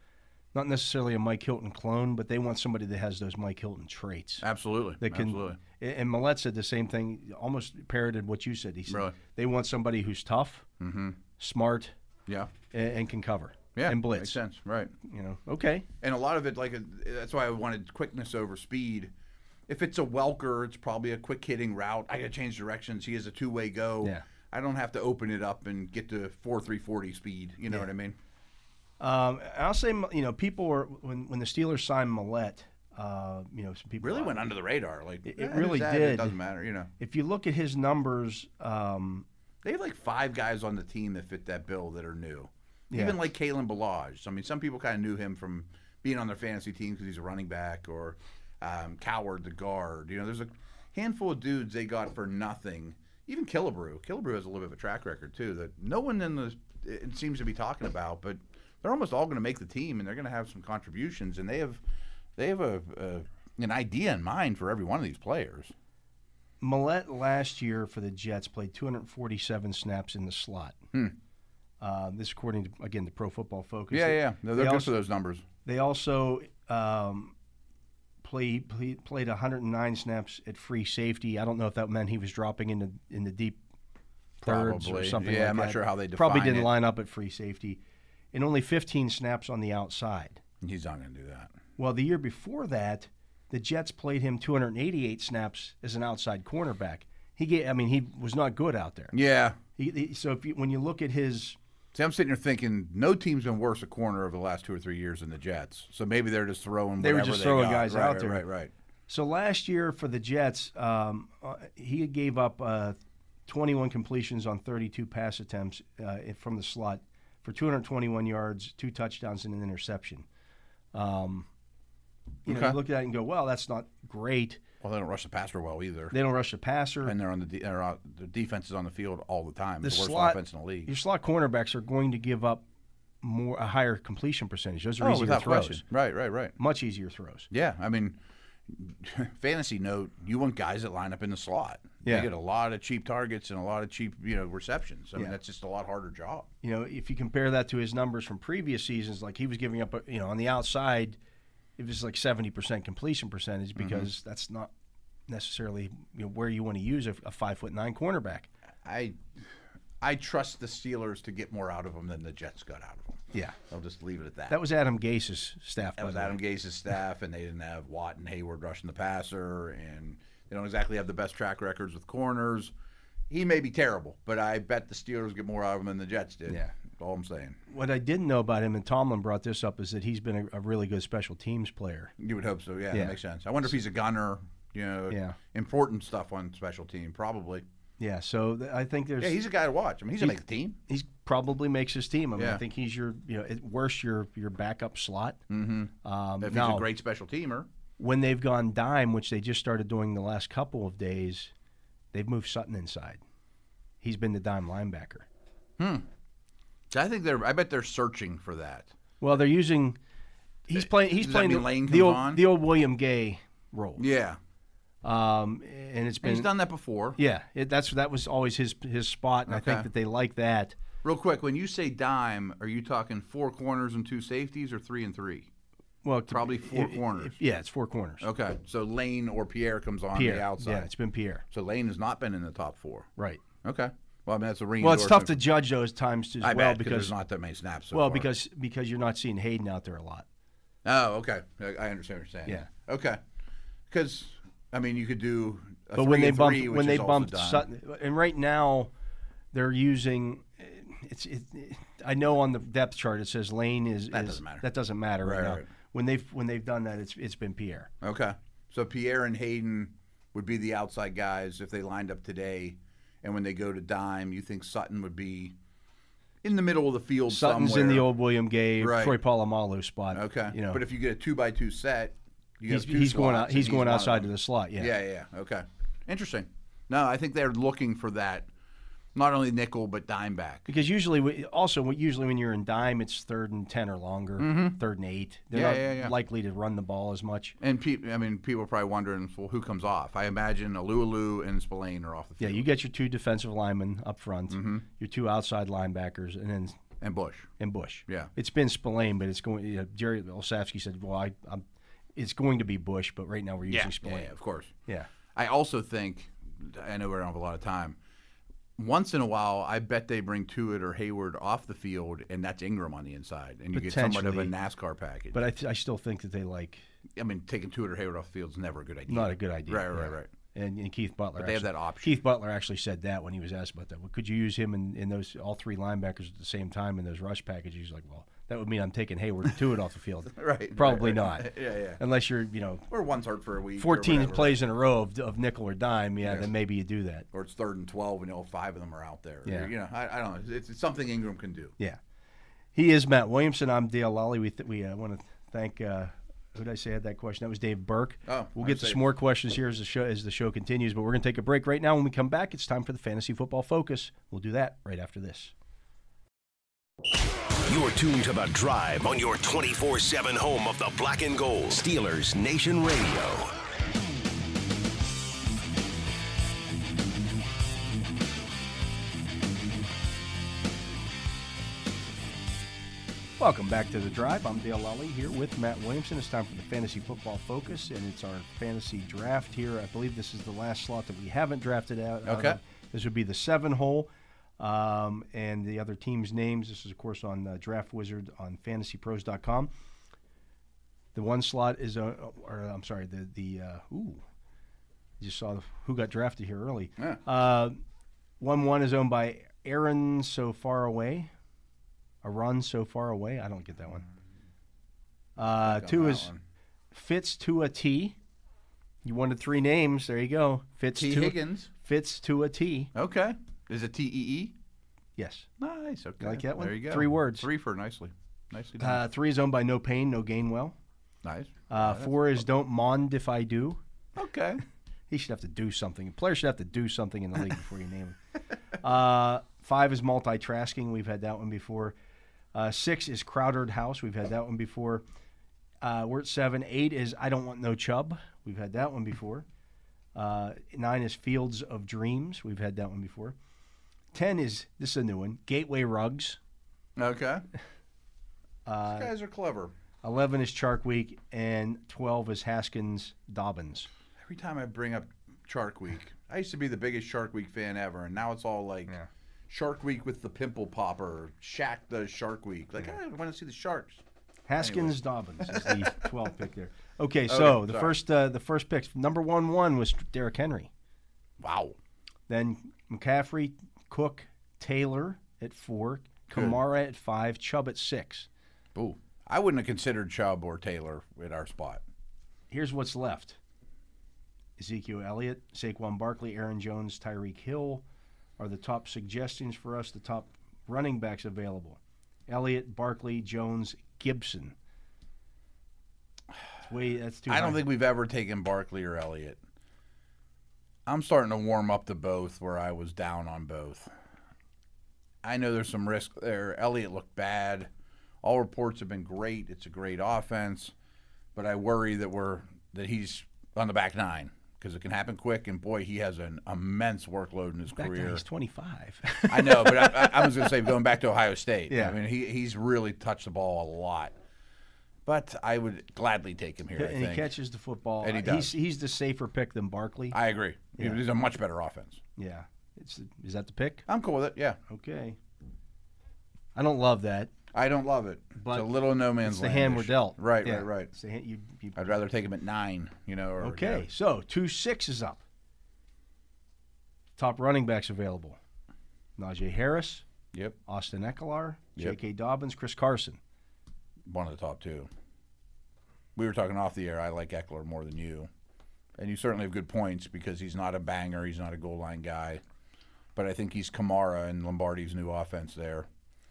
S1: not necessarily a Mike Hilton clone, but they want somebody that has those Mike Hilton traits.
S2: Absolutely.
S1: that can.
S2: Absolutely.
S1: a- And Millett said the same thing, almost parroted what you said. He said
S2: Really?
S1: they want somebody who's tough, smart,
S2: Yeah.
S1: a- and, and can cover.
S2: Yeah.
S1: and
S2: Makes
S1: blitz.
S2: sense. Right.
S1: You know, okay,
S2: and a lot of it like uh, that's why I wanted quickness over speed. If it's a Welker, it's probably a quick hitting route. I got to change directions. He has a two way go.
S1: Yeah.
S2: I don't have to open it up and get to four three forty speed. You know what I mean?
S1: um, and I'll say you know people were when when the Steelers signed Millett, uh, you know some people
S2: Really went under the radar. Like
S1: it
S2: "Eh, who's
S1: really
S2: that?
S1: did.
S2: It doesn't matter. You know,
S1: If you look at his numbers, um,
S2: they have like five guys on the team that fit that bill that are new.
S1: Yeah.
S2: Even like Kalen Balaj. I mean, some people kind of knew him from being on their fantasy team because he's a running back or um, Coward the guard. You know, there's a handful of dudes they got for nothing. Even Killebrew. Killebrew has a little bit of a track record too that no one in the it seems to be talking about, but they're almost all going to make the team and they're going to have some contributions and they have they have a, a an idea in mind for every one of these players.
S1: Millett last year for the Jets played 247 snaps in the slot. Uh, this according to again the Pro Football Focus.
S2: Hmm. Yeah, yeah. No, they're
S1: they
S2: good
S1: also-
S2: for those numbers.
S1: They also um, play, play, played 109 snaps at free safety. I don't know if that meant he was dropping into in the deep thirds or
S2: Probably.
S1: something.
S2: Yeah,
S1: like
S2: I'm not
S1: that.
S2: sure how they
S1: probably
S2: define
S1: didn't
S2: it.
S1: line up at free safety, and only 15 snaps on the outside.
S2: He's not going to do that.
S1: Well, the year before that, the Jets played him 288 snaps as an outside cornerback. He gave, I mean, he was not good out there.
S2: Yeah,
S1: He, he- so if you, when you look at his
S2: See, I'm sitting here thinking no team's been worse a corner over the last two or three years than the Jets. So maybe they're just throwing.
S1: They were
S2: whatever
S1: just
S2: they
S1: throwing
S2: got.
S1: guys
S2: Right,
S1: out
S2: right,
S1: there.
S2: Right, right.
S1: So last year for the Jets, um, uh, he gave up uh, 21 completions on 32 pass attempts uh, from the slot for 221 yards, two touchdowns, and an interception. Um, you know, you
S2: Okay.
S1: look at that and go, "Well, that's not great."
S2: Well, they don't rush the passer well either,
S1: They don't rush the passer.
S2: and they're on the de- they're out, the defense is on the field all the time.
S1: the
S2: It's the worst
S1: slot
S2: offense in the league.
S1: Your slot cornerbacks are going to give up more a higher completion percentage. Those are
S2: Oh,
S1: easier
S2: without
S1: throws,
S2: question. Right, right, right.
S1: much easier throws.
S2: Yeah, I mean, fantasy note: you want guys that line up in the slot.
S1: Yeah.
S2: You get a lot of cheap targets and a lot of cheap, you know, receptions. I mean,
S1: Yeah.
S2: that's just a lot harder job.
S1: you know, if you compare that to his numbers from previous seasons, like he was giving up, you know, on the outside, it was like seventy percent completion percentage
S2: Mm-hmm.
S1: because that's not necessarily you know, where you want to use a, a five foot nine cornerback.
S2: I, I trust the Steelers to get more out of them than the Jets got out of them.
S1: Yeah,
S2: I'll just leave it at that.
S1: that was Adam Gase's staff.
S2: That was Adam Gase's staff, and they didn't have Watt and Hayward rushing the passer, and they don't exactly have the best track records with corners. He may be terrible, but I bet the Steelers get more out of him than the Jets did.
S1: Yeah.
S2: That's all I'm saying.
S1: What I didn't know about him, and Tomlin brought this up, is that he's been a, a really good special teams player.
S2: You would hope so. Yeah,
S1: Yeah.
S2: that makes sense. I wonder if he's a gunner. You know,
S1: Yeah.
S2: important stuff on special team, probably.
S1: Yeah, so th- I think there's
S2: Yeah, he's a guy to watch. I mean, he's gonna make the team.
S1: he's probably makes his team. I mean, I
S2: Yeah.
S1: think he's your you know at worst your your backup slot. Um,
S2: Mm-hmm. If he's
S1: now-
S2: a great special teamer,
S1: when they've gone dime, which they just started doing the last couple of days, they've moved Sutton inside. He's been the dime linebacker.
S2: I think they're. I bet they're searching for that.
S1: Well, they're using. He's playing. He's
S2: does that
S1: playing
S2: mean
S1: the,
S2: Lane
S1: the
S2: comes
S1: old
S2: on?
S1: the old William Gay role.
S2: Yeah,
S1: Um, and it's been
S2: he's done that before.
S1: yeah. It, that's that was always his his spot, and I think
S2: Okay.
S1: that they like that.
S2: Real quick, when you say dime, are you talking four corners and two safeties, or three and three?
S1: Well, it could-
S2: Probably four
S1: it- it-
S2: corners.
S1: yeah, it's four corners.
S2: Okay, so Lane or Pierre comes on
S1: Pierre.
S2: the outside.
S1: Yeah, it's been Pierre.
S2: So Lane has not been in the top four.
S1: Right.
S2: Okay. Well, I mean that's a ring.
S1: Well, it's tough to judge those times as
S2: I
S1: well
S2: bet,
S1: because
S2: there's not that many snaps. So
S1: well
S2: far.
S1: because because you're not seeing Hayden out there a lot.
S2: oh, okay, I I understand what you're saying.
S1: Yeah.
S2: Okay, because I mean, you could do. A
S1: But when
S2: three
S1: they
S2: and
S1: bumped
S2: three,
S1: when
S2: which
S1: they
S2: is also
S1: bumped
S2: done.
S1: Sutton, and right now they're using it's it, I know on the depth chart it says Lane is that
S2: doesn't matter.
S1: that doesn't matter right,
S2: Right,
S1: now.
S2: right.
S1: When they've when they've done that, it's it's been Pierre.
S2: Okay. So Pierre and Hayden would be the outside guys if they lined up today. And when they go to dime, you think Sutton would be in the middle of the field
S1: Sutton's in
S2: somewhere.
S1: the old William Gay,
S2: Right.
S1: Troy Polamalu spot.
S2: Okay.
S1: you know,
S2: But if you get a two by two set, you
S1: he's,
S2: have two
S1: he's going
S2: slots,
S1: out,
S2: and
S1: he's going
S2: one of
S1: outside to
S2: them.
S1: the slot. Yeah,
S2: Yeah, yeah, yeah. Okay. Interesting. No, I think they're looking for that. Not only nickel, but dime back.
S1: because usually we, also when- usually when you're in dime, it's third and ten or longer, third and eight. They're
S2: Mm-hmm. Yeah,
S1: not
S2: yeah, yeah.
S1: likely to run the ball as much.
S2: And pe- I mean, people are probably wondering, well, who comes off? I imagine Alualu and Spillane are off the
S1: Yeah,
S2: field.
S1: you get your two defensive linemen up front,
S2: Mm-hmm.
S1: your two outside linebackers, and then
S2: and Bush.
S1: and Bush.
S2: Yeah.
S1: it's been Spillane, but it's going. You know, Jerry Olsafsky said, "Well, I, i it's going to be Bush, but right now we're using
S2: yeah,
S1: Spillane."
S2: yeah, of course.
S1: Yeah.
S2: I also think, I know we don't have a lot of time. Once in a while, I bet they bring Tuitt or Hayward off the field, and that's Ingram on the inside, and you get somewhat of a
S1: Potentially.
S2: NASCAR package.
S1: but I, th- I still think that they like
S2: I mean, taking Tuitt or Hayward off the field is never a good idea.
S1: not a good idea.
S2: Right, right,
S1: yeah.
S2: right.
S1: And, and Keith Butler.
S2: They have
S1: actually-
S2: that option.
S1: Keith Butler actually said that when he was asked about that. Well, could you use him in, in those all three linebackers at the same time in those rush packages? He's like, well, that would mean I'm taking Hayward and Tuitt off the field.
S2: Right, right,
S1: Probably
S2: right.
S1: not.
S2: Yeah, yeah.
S1: Unless you're, you know,
S2: Or one's hurt for a week. or
S1: 14
S2: whatever.
S1: plays in a row of, of nickel or dime. Yeah,
S2: Yes.
S1: then maybe you do that.
S2: Or it's third and 12, and all five of them are out there.
S1: Yeah.
S2: You know, I, I don't know. It's, it's something Ingram can do.
S1: Yeah. He is Matt Williamson. I'm Dale Lally. We, th- we uh, want to thank, uh, who did I say had that question? That was Dave Burke.
S2: Oh,
S1: we'll
S2: I
S1: get to
S2: see.
S1: some more questions here as the show as the show continues, but we're going to take a break right now. When we come back, it's time for the Fantasy Football Focus. We'll do that right after this.
S3: You're tuned to The Drive on your 24 7 home of the black and gold. Steelers Nation Radio.
S1: Welcome back to The Drive. I'm Dale Lally here with Matt Williamson. It's time for the Fantasy Football Focus, and it's our fantasy draft here. I believe this is the last slot that we haven't drafted out.
S2: Okay.
S1: Uh, this would be the seven hole. Um, and the other teams' names. This is, of course, on uh, Draft Wizard on fantasypros.com. The one slot is, uh, or I'm sorry, the, the uh, ooh, you just saw who got drafted here early.
S2: Yeah.
S1: Uh, 1 1 is owned by Aaron So Far Away. A run so far away. I don't get that one. Uh,
S2: Got
S1: two
S2: that
S1: is
S2: one.
S1: Fitz to a T. You wanted three names. There you go. Fitz
S2: T.
S1: to
S2: Higgins.
S1: Fitz to a T.
S2: Okay. Is it T E E?
S1: Yes.
S2: Nice. Okay.
S1: like that one?
S2: There you go.
S1: Three words.
S2: Three for nicely. Nicely done.
S1: Uh, three is owned by No Pain, No Gain Well.
S2: nice.
S1: Uh, four is Don't Mond If I Do.
S2: Okay.
S1: He should have to do something. A player should have to do something in the league before you name him. Uh, five is multitasking. We've had that one before. Uh, six is crowded house. We've had that one before. Uh, we're at seven. Eight is I don't want no chub. We've had that one before. Uh, nine is fields of dreams. We've had that one before. Ten is this is a new one. Gateway rugs.
S2: Okay.
S1: uh,
S2: These guys are clever.
S1: Eleven is Shark Week, and twelve is Haskins Dobbins.
S2: Every time I bring up Shark Week, I used to be the biggest Shark Week fan ever, and now it's all like Shark Week with the pimple popper. Shaq does Shark Week. Like I want to see the sharks.
S1: Haskins Dobbins is the 12 pick there. Okay, so the
S2: Oh, sorry.
S1: first uh, the first picks number one one was Derrick Henry,
S2: Wow.
S1: then McCaffrey, Cook, Taylor at four, Kamara at five, Chubb at six.
S2: Boo. I wouldn't have considered Chubb or Taylor at our spot.
S1: Here's what's left: Ezekiel Elliott, Saquon Barkley, Aaron Jones, Tyreek Hill are the top suggestions for us. The top running backs available: Elliott, Barkley, Jones, Gibson. It's way that's too.
S2: I don't
S1: high.
S2: think we've ever taken Barkley or Elliott. I'm starting to warm up to both where I was down on both. I know there's some risk there. Elliott looked bad. All reports have been great. It's a great offense, but I worry that we're that he's on the back nine because it can happen quick. And boy, he has an immense workload in his
S1: That guy,
S2: career.
S1: he's 25.
S2: I know, but I, I, I was going to say going back to Ohio State.
S1: Yeah.
S2: I mean he, he's really touched the ball a lot. But I would gladly take him here. I
S1: and
S2: think.
S1: he catches the football.
S2: And he
S1: Uh,
S2: does.
S1: He's, he's the safer pick than Barkley.
S2: I agree. It was a much better offense.
S1: yeah. It's, is that the pick?
S2: I'm cool with it. Yeah.
S1: Okay. I don't love that.
S2: I don't love it.
S1: But
S2: it's a little no man's
S1: It's the
S2: land.
S1: hand we're dealt.
S2: Right,
S1: Yeah.
S2: right, right.
S1: It's the hand you, you,
S2: I'd rather take him at nine, you know. Or,
S1: okay, so two six is up. Top running backs available: Najee Harris,
S2: yeah. Yep.
S1: Austin Eckler,
S2: Yep.
S1: J.K. Dobbins, Chris Carson.
S2: One of the top two. We were talking off the air. I like Eckler more than you, and you certainly have good points because he's not a banger. He's not a goal line guy, but I think he's Kamara and Lombardi's new offense there.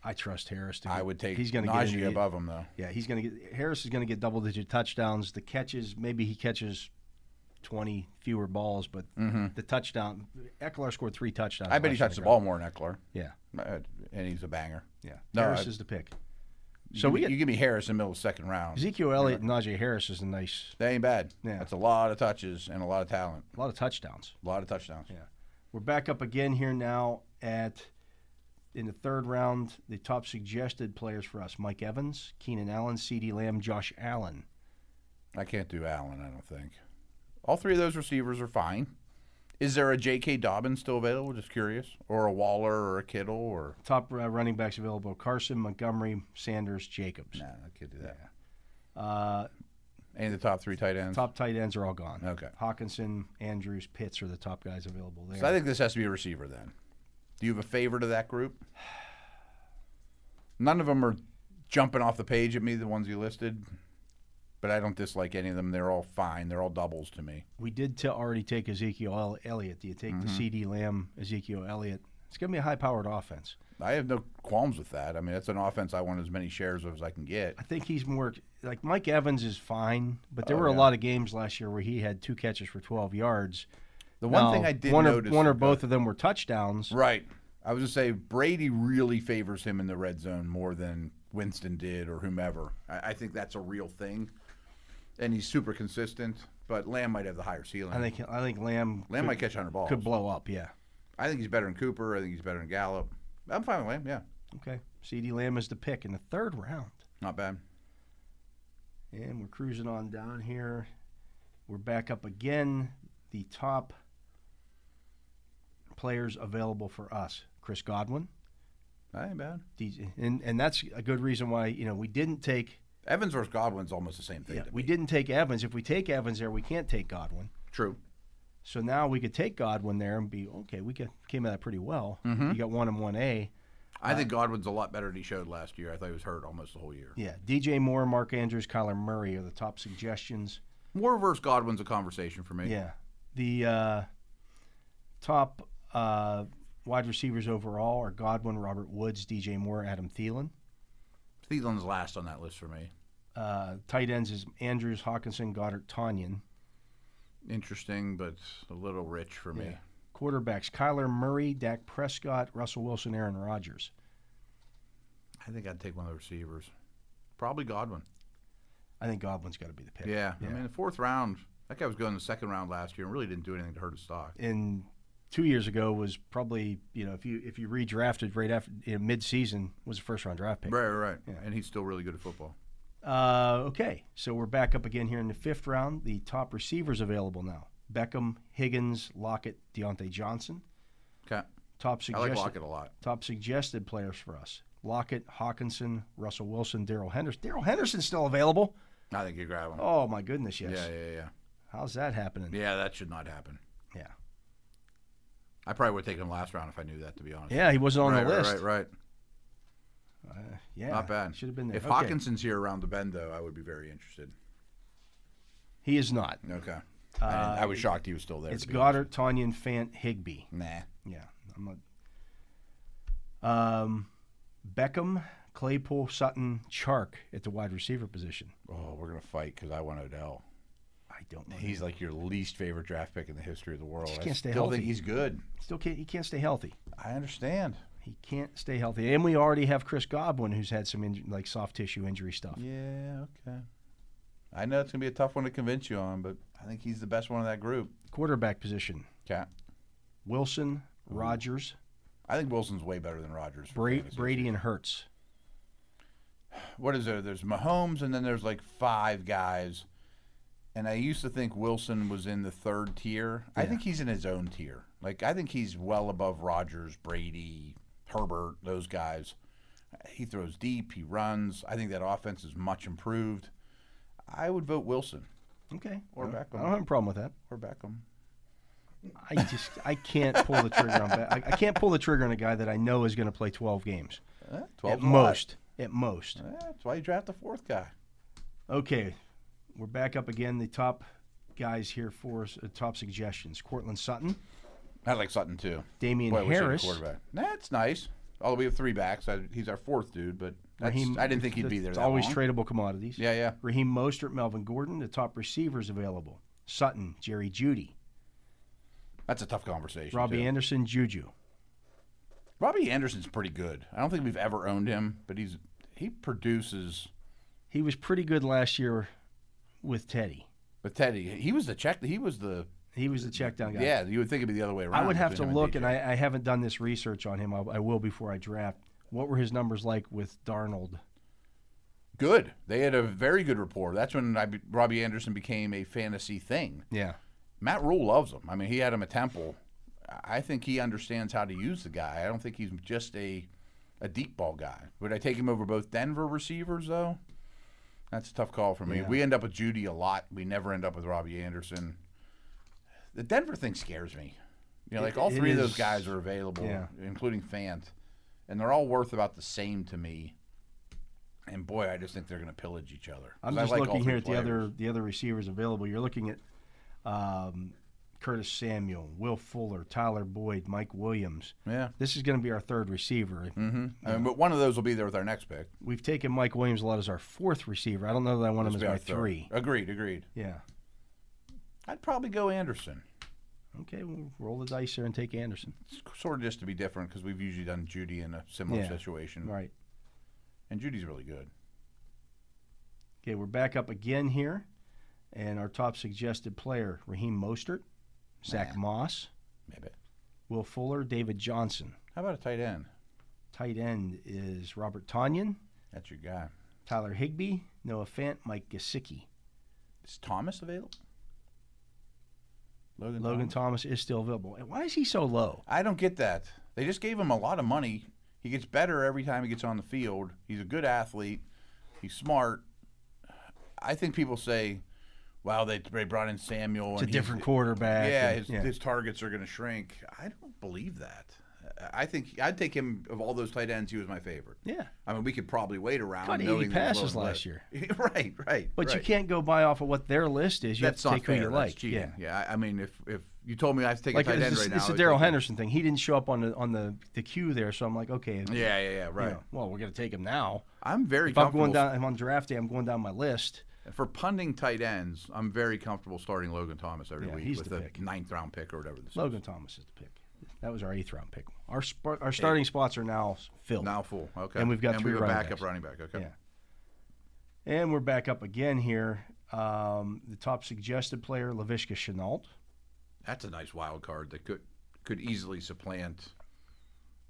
S1: I trust Harris. To
S2: I would take
S1: He's going to get
S2: Najee
S1: into the-
S2: above him though.
S1: Yeah, he's going to get Harris is going to get double digit touchdowns. The catches, maybe he catches twenty fewer balls, but the touchdown Eckler scored three touchdowns.
S2: Mm-hmm. I bet he
S1: last year
S2: touched the
S1: to
S2: ball more than Eckler,
S1: Yeah,
S2: Uh, and he's a banger.
S1: yeah.
S2: No,
S1: Harris
S2: I-
S1: is the pick.
S2: You
S1: So
S2: give
S1: we
S2: me-
S1: get
S2: you give me Harris in the middle of the second round.
S1: Ezekiel Elliott and Najee Harris is a nice,
S2: That ain't bad.
S1: Yeah.
S2: That's a lot of touches and a lot of talent.
S1: a lot of touchdowns.
S2: A lot of touchdowns.
S1: Yeah. We're back up again here now at in the third round. The top suggested players for us: Mike Evans, Keenan Allen, C.D. Lamb, Josh Allen.
S2: I can't do Allen, I don't think. All three of those receivers are fine. Is there a J.K. Dobbins still available? Just curious. Or a Waller or a Kittle or.
S1: Top uh, running backs available: Carson, Montgomery, Sanders, Jacobs.
S2: Nah, I can't do that.
S1: Uh,
S2: Any of the top three tight ends?
S1: top tight ends are all gone.
S2: Okay.
S1: Hawkinson, Andrews, Pitts are the top guys available there.
S2: So I think this has to be a receiver then. Do you have a favorite of that group? None of them are jumping off the page at me, the ones you listed. But I don't dislike any of them. They're all fine. They're all doubles to me.
S1: we did t- already take Ezekiel El- Elliott. Do you take
S2: Mm-hmm.
S1: the CD Lamb, Ezekiel Elliott? It's going to be a high powered offense.
S2: I have no qualms with that. I mean, that's an offense I want as many shares of as I can get.
S1: I think he's more like Mike Evans is fine, but there
S2: Oh,
S1: were
S2: yeah.
S1: a lot of games last year where he had two catches for 12 yards.
S2: The one
S1: Now,
S2: thing I did
S1: one
S2: notice,
S1: or, one or both of them were touchdowns.
S2: right? I was just say Brady really favors him in the red zone more than Winston did or whomever. I, I think that's a real thing, and he's super consistent. But Lamb might have the higher ceiling.
S1: I think I think Lamb
S2: Lamb
S1: could,
S2: might catch 100 balls.
S1: could blow up. Yeah.
S2: I think he's better than Cooper. I think he's better than Gallup. I'm fine with Lamb. Yeah,
S1: Okay. CD Lamb is the pick in the third round.
S2: not bad.
S1: And we're cruising on down here. We're back up again. The top players available for us: Chris Godwin,
S2: That ain't bad.
S1: DJ, and and that's a good reason why you know we didn't take
S2: Evans versus Godwin's almost the same thing. to
S1: we
S2: me.
S1: didn't take Evans. If we take Evans there, we can't take Godwin.
S2: True.
S1: So now we could take Godwin there and be okay. We got, came at that pretty well. You got one and one A.
S2: I think Godwin's a lot better than he showed last year. I thought he was hurt almost the whole year.
S1: Yeah, DJ Moore, Mark Andrews, Kyler Murray are the top suggestions.
S2: Moore versus Godwin's a conversation for me.
S1: Yeah. The uh, top uh, wide receivers overall are Godwin, Robert Woods, DJ Moore, Adam Thielen.
S2: Thielen's last on that list for me.
S1: Uh, tight ends is Andrews, Hawkinson, Goddard, Tanyan.
S2: Interesting, but a little rich for me.
S1: Quarterbacks Kyler Murray, Dak Prescott, Russell Wilson, Aaron Rodgers.
S2: I think I'd take one of the receivers. Probably Godwin.
S1: I think Godwin's got to be the pick.
S2: Yeah. I mean, the fourth round, that guy was going in the second round last year and really didn't do anything to hurt his stock.
S1: And two years ago was probably you know if you if you redrafted right after in mid season was a first round draft pick.
S2: Right, right, right. And he's still really good at football.
S1: Uh, okay, so we're back up again here in the fifth round. The top receivers available now: Beckham, Higgins, Lockett, Deontay Johnson.
S2: Okay.
S1: Top
S2: I like
S1: suggested
S2: Lockett a lot.
S1: top suggested players for us: Lockett, Hawkinson, Russell Wilson, Daryl Henderson. Daryl Henderson's still available.
S2: I think you grab him.
S1: Oh my goodness, yes.
S2: yeah, yeah, yeah.
S1: How's that happening?
S2: Yeah, that should not happen.
S1: Yeah.
S2: I probably would have taken him last round if I knew that, to be honest.
S1: Yeah, he wasn't on
S2: right,
S1: the
S2: right,
S1: list.
S2: right, right.
S1: Yeah,
S2: Not bad.
S1: Should have been there.
S2: If
S1: Okay.
S2: Hawkinson's here around the bend, though, I would be very interested.
S1: he is not.
S2: Okay. I, didn't- I was shocked he was still there.
S1: Uh, It's
S2: to be honest.
S1: Goddard, Tanyan, Fant, Higby.
S2: Nah.
S1: Yeah, I'm not. Um, Beckham, Claypool, Sutton, Chark at the wide receiver position.
S2: Oh, we're gonna fight because I want Odell.
S1: I don't know.
S2: He's like your least favorite draft pick in the history of the world.
S1: Just
S2: I
S1: can't stay
S2: still
S1: healthy.
S2: think he's good.
S1: Still can't. He can't stay healthy.
S2: I understand.
S1: He can't stay healthy. And we already have Chris Godwin, who's had some inj- like soft tissue injury stuff.
S2: Yeah. Okay. I know it's gonna be a tough one to convince you on, but I think he's the best one in that group.
S1: Quarterback position:
S2: Okay.
S1: Wilson,
S2: Mm-hmm.
S1: Rogers,
S2: I think Wilson's way better than Rodgers. for
S1: Bra-
S2: fantasy.
S1: Brady, and Hertz.
S2: What is there? There's Mahomes, and then there's like five guys. And I used to think Wilson was in the third tier. I think he's in his own tier. Like I think he's well above Rodgers, Brady, Herbert, those guys. He throws deep. He runs. I think that offense is much improved. I would vote Wilson
S1: Okay.
S2: or
S1: I don't
S2: Beckham
S1: have a problem with that.
S2: or Beckham.
S1: I just I can't pull the trigger on Be- I, I can't pull the trigger on a guy that I know is going to play 12 games
S2: Eh, Twelve
S1: at
S2: is a lot.
S1: most. At most.
S2: Eh, that's why you draft the fourth guy.
S1: Okay, we're back up again. The top guys here for us, uh, top suggestions: Cortland Sutton,
S2: I like Sutton too.
S1: Damian
S2: Boy, I wish we had a
S1: Harris,
S2: quarterback. That's nice. Although we have three backs, I, he's our fourth dude, but that's,
S1: Raheem-
S2: I didn't think he'd be there.
S1: It's
S2: That
S1: always
S2: long.
S1: tradable commodities.
S2: Yeah, yeah.
S1: Raheem Mostert, Melvin Gordon, the top receivers available: Sutton, Jerry Judy,
S2: That's a tough conversation.
S1: Robbie
S2: too.
S1: Anderson, Juju.
S2: Robbie Anderson's pretty good. I don't think we've ever owned him, but he's he produces
S1: He was pretty good last year with Teddy.
S2: with Teddy. He was the check. He was the
S1: He was the check down guy.
S2: yeah. You would think it'd be the other way around.
S1: I would have to
S2: between him
S1: look,
S2: DJ.
S1: and I, I haven't done this research on him. I, I will before I draft. What were his numbers like with Darnold?
S2: good. They had a very good rapport. That's when I, be- Robbie Anderson became a fantasy thing.
S1: Yeah.
S2: Matt Rule loves him. I mean, he had him at Temple. I think he understands how to use the guy. I don't think he's just a a deep ball guy. Would I take him over both Denver receivers though? That's a tough call for me. We end up with Judy a lot. We never end up with Robbie Anderson. The Denver thing scares me. You know, like all
S1: it
S2: three of those
S1: is-
S2: guys are available,
S1: yeah.
S2: including Fant, and they're all worth about the same to me. And boy, I just think they're going to pillage each other. 'Cause
S1: I'm
S2: I
S1: just
S2: like all
S1: looking
S2: three
S1: here at the
S2: players.
S1: other the other receivers available. You're looking at um, Curtis Samuel, Will Fuller, Tyler Boyd, Mike Williams.
S2: Yeah.
S1: This is going to be our third receiver.
S2: hmm I mean, but one of those will be there with our next pick.
S1: We've taken Mike Williams a lot as our fourth receiver. I don't know that I want him as
S2: Let's be
S1: my
S2: our third.
S1: three.
S2: Agreed, agreed.
S1: Yeah.
S2: I'd probably go Anderson.
S1: Okay, we'll roll the dice there and take Anderson.
S2: It's sort of just to be different because we've usually done Judy in a similar
S1: Yeah.
S2: situation,
S1: All right.
S2: and Judy's really good.
S1: Okay, we're back up again here. And our top suggested player, Raheem Mostert, Zach Moss,
S2: Maybe.
S1: Will Fuller, David Johnson.
S2: How about a tight end?
S1: Tight end is Robert Tanyan,
S2: That's your guy.
S1: Tyler Higbee, Noah Fant, Mike Gesicki.
S2: Is Thomas available? Logan.
S1: Logan
S2: Thomas?
S1: Thomas is still available. And Why is he so low?
S2: I don't get that. They just gave him a lot of money. He gets better every time he gets on the field. He's a good athlete. He's smart. I think people say, "Wow, they, they brought in Samuel."
S1: It's a
S2: and he's-
S1: different quarterback.
S2: Yeah,
S1: and-
S2: his, his targets are going to shrink. I don't believe that. I think I'd take him of all those tight ends. He was my favorite.
S1: Yeah.
S2: I mean, we could probably wait around.
S1: Caught 80
S2: knowing that he's
S1: passes
S2: low on the
S1: last
S2: list. right, right.
S1: But you
S2: right.
S1: can't go by off of what their list is. You
S2: That's
S1: have to
S2: not
S1: take
S2: fair.
S1: who you
S2: That's
S1: like.
S2: cheating.
S1: Yeah.
S2: yeah. I I mean, if if you told me I have to take
S1: Like
S2: a tight
S1: it's,
S2: end
S1: it's,
S2: right now,
S1: it's
S2: I
S1: the
S2: would take
S1: Daryl
S2: him.
S1: Henderson thing. He didn't show up on the on the, the queue there, so I'm like, okay, you
S2: Yeah, yeah, yeah. Right.
S1: know, well, we're gonna take him now.
S2: I'm very
S1: If I'm
S2: comfortable
S1: going down, I'm on draft day. I'm going down my list.
S2: for punting tight ends. I'm very comfortable starting Logan Thomas every
S1: Yeah,
S2: week
S1: he's
S2: with
S1: the
S2: a
S1: pick.
S2: ninth round pick or whatever. This
S1: Logan Thomas is the pick. That was our eighth round pick. Our sp- our starting spots are now filled.
S2: is. now full. Okay.
S1: And we've got
S2: and
S1: three
S2: we have a
S1: running
S2: backup
S1: backs.
S2: running back. Okay.
S1: Yeah. And we're back up again here. Um, the top suggested player, Lavishka Chenault.
S2: That's a nice wild card that could could easily supplant.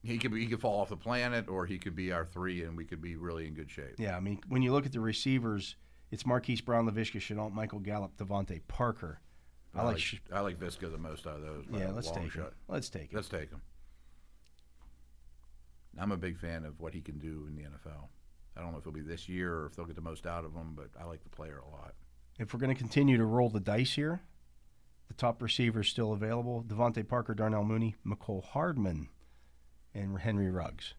S2: He could be, he could fall off the planet, or he could be our three, and we could be really in good shape.
S1: Yeah, I mean, when you look at the receivers, it's Marquise Brown, Laviska Chenault, Michael Gallup, Devontae Parker. I like. Sh-
S2: I like Visca the most out of those. by
S1: yeah,
S2: a
S1: let's
S2: long
S1: take
S2: shot.
S1: it. Let's take it.
S2: Let's take him. I'm a big fan of what he can do in the NFL. I don't know if it'll be this year or if they'll get the most out of him, but I like the player a lot.
S1: If we're going to continue to roll the dice here, the top receivers still available: Devontae Parker, Darnell Mooney, McCole Hardman, and Henry Ruggs.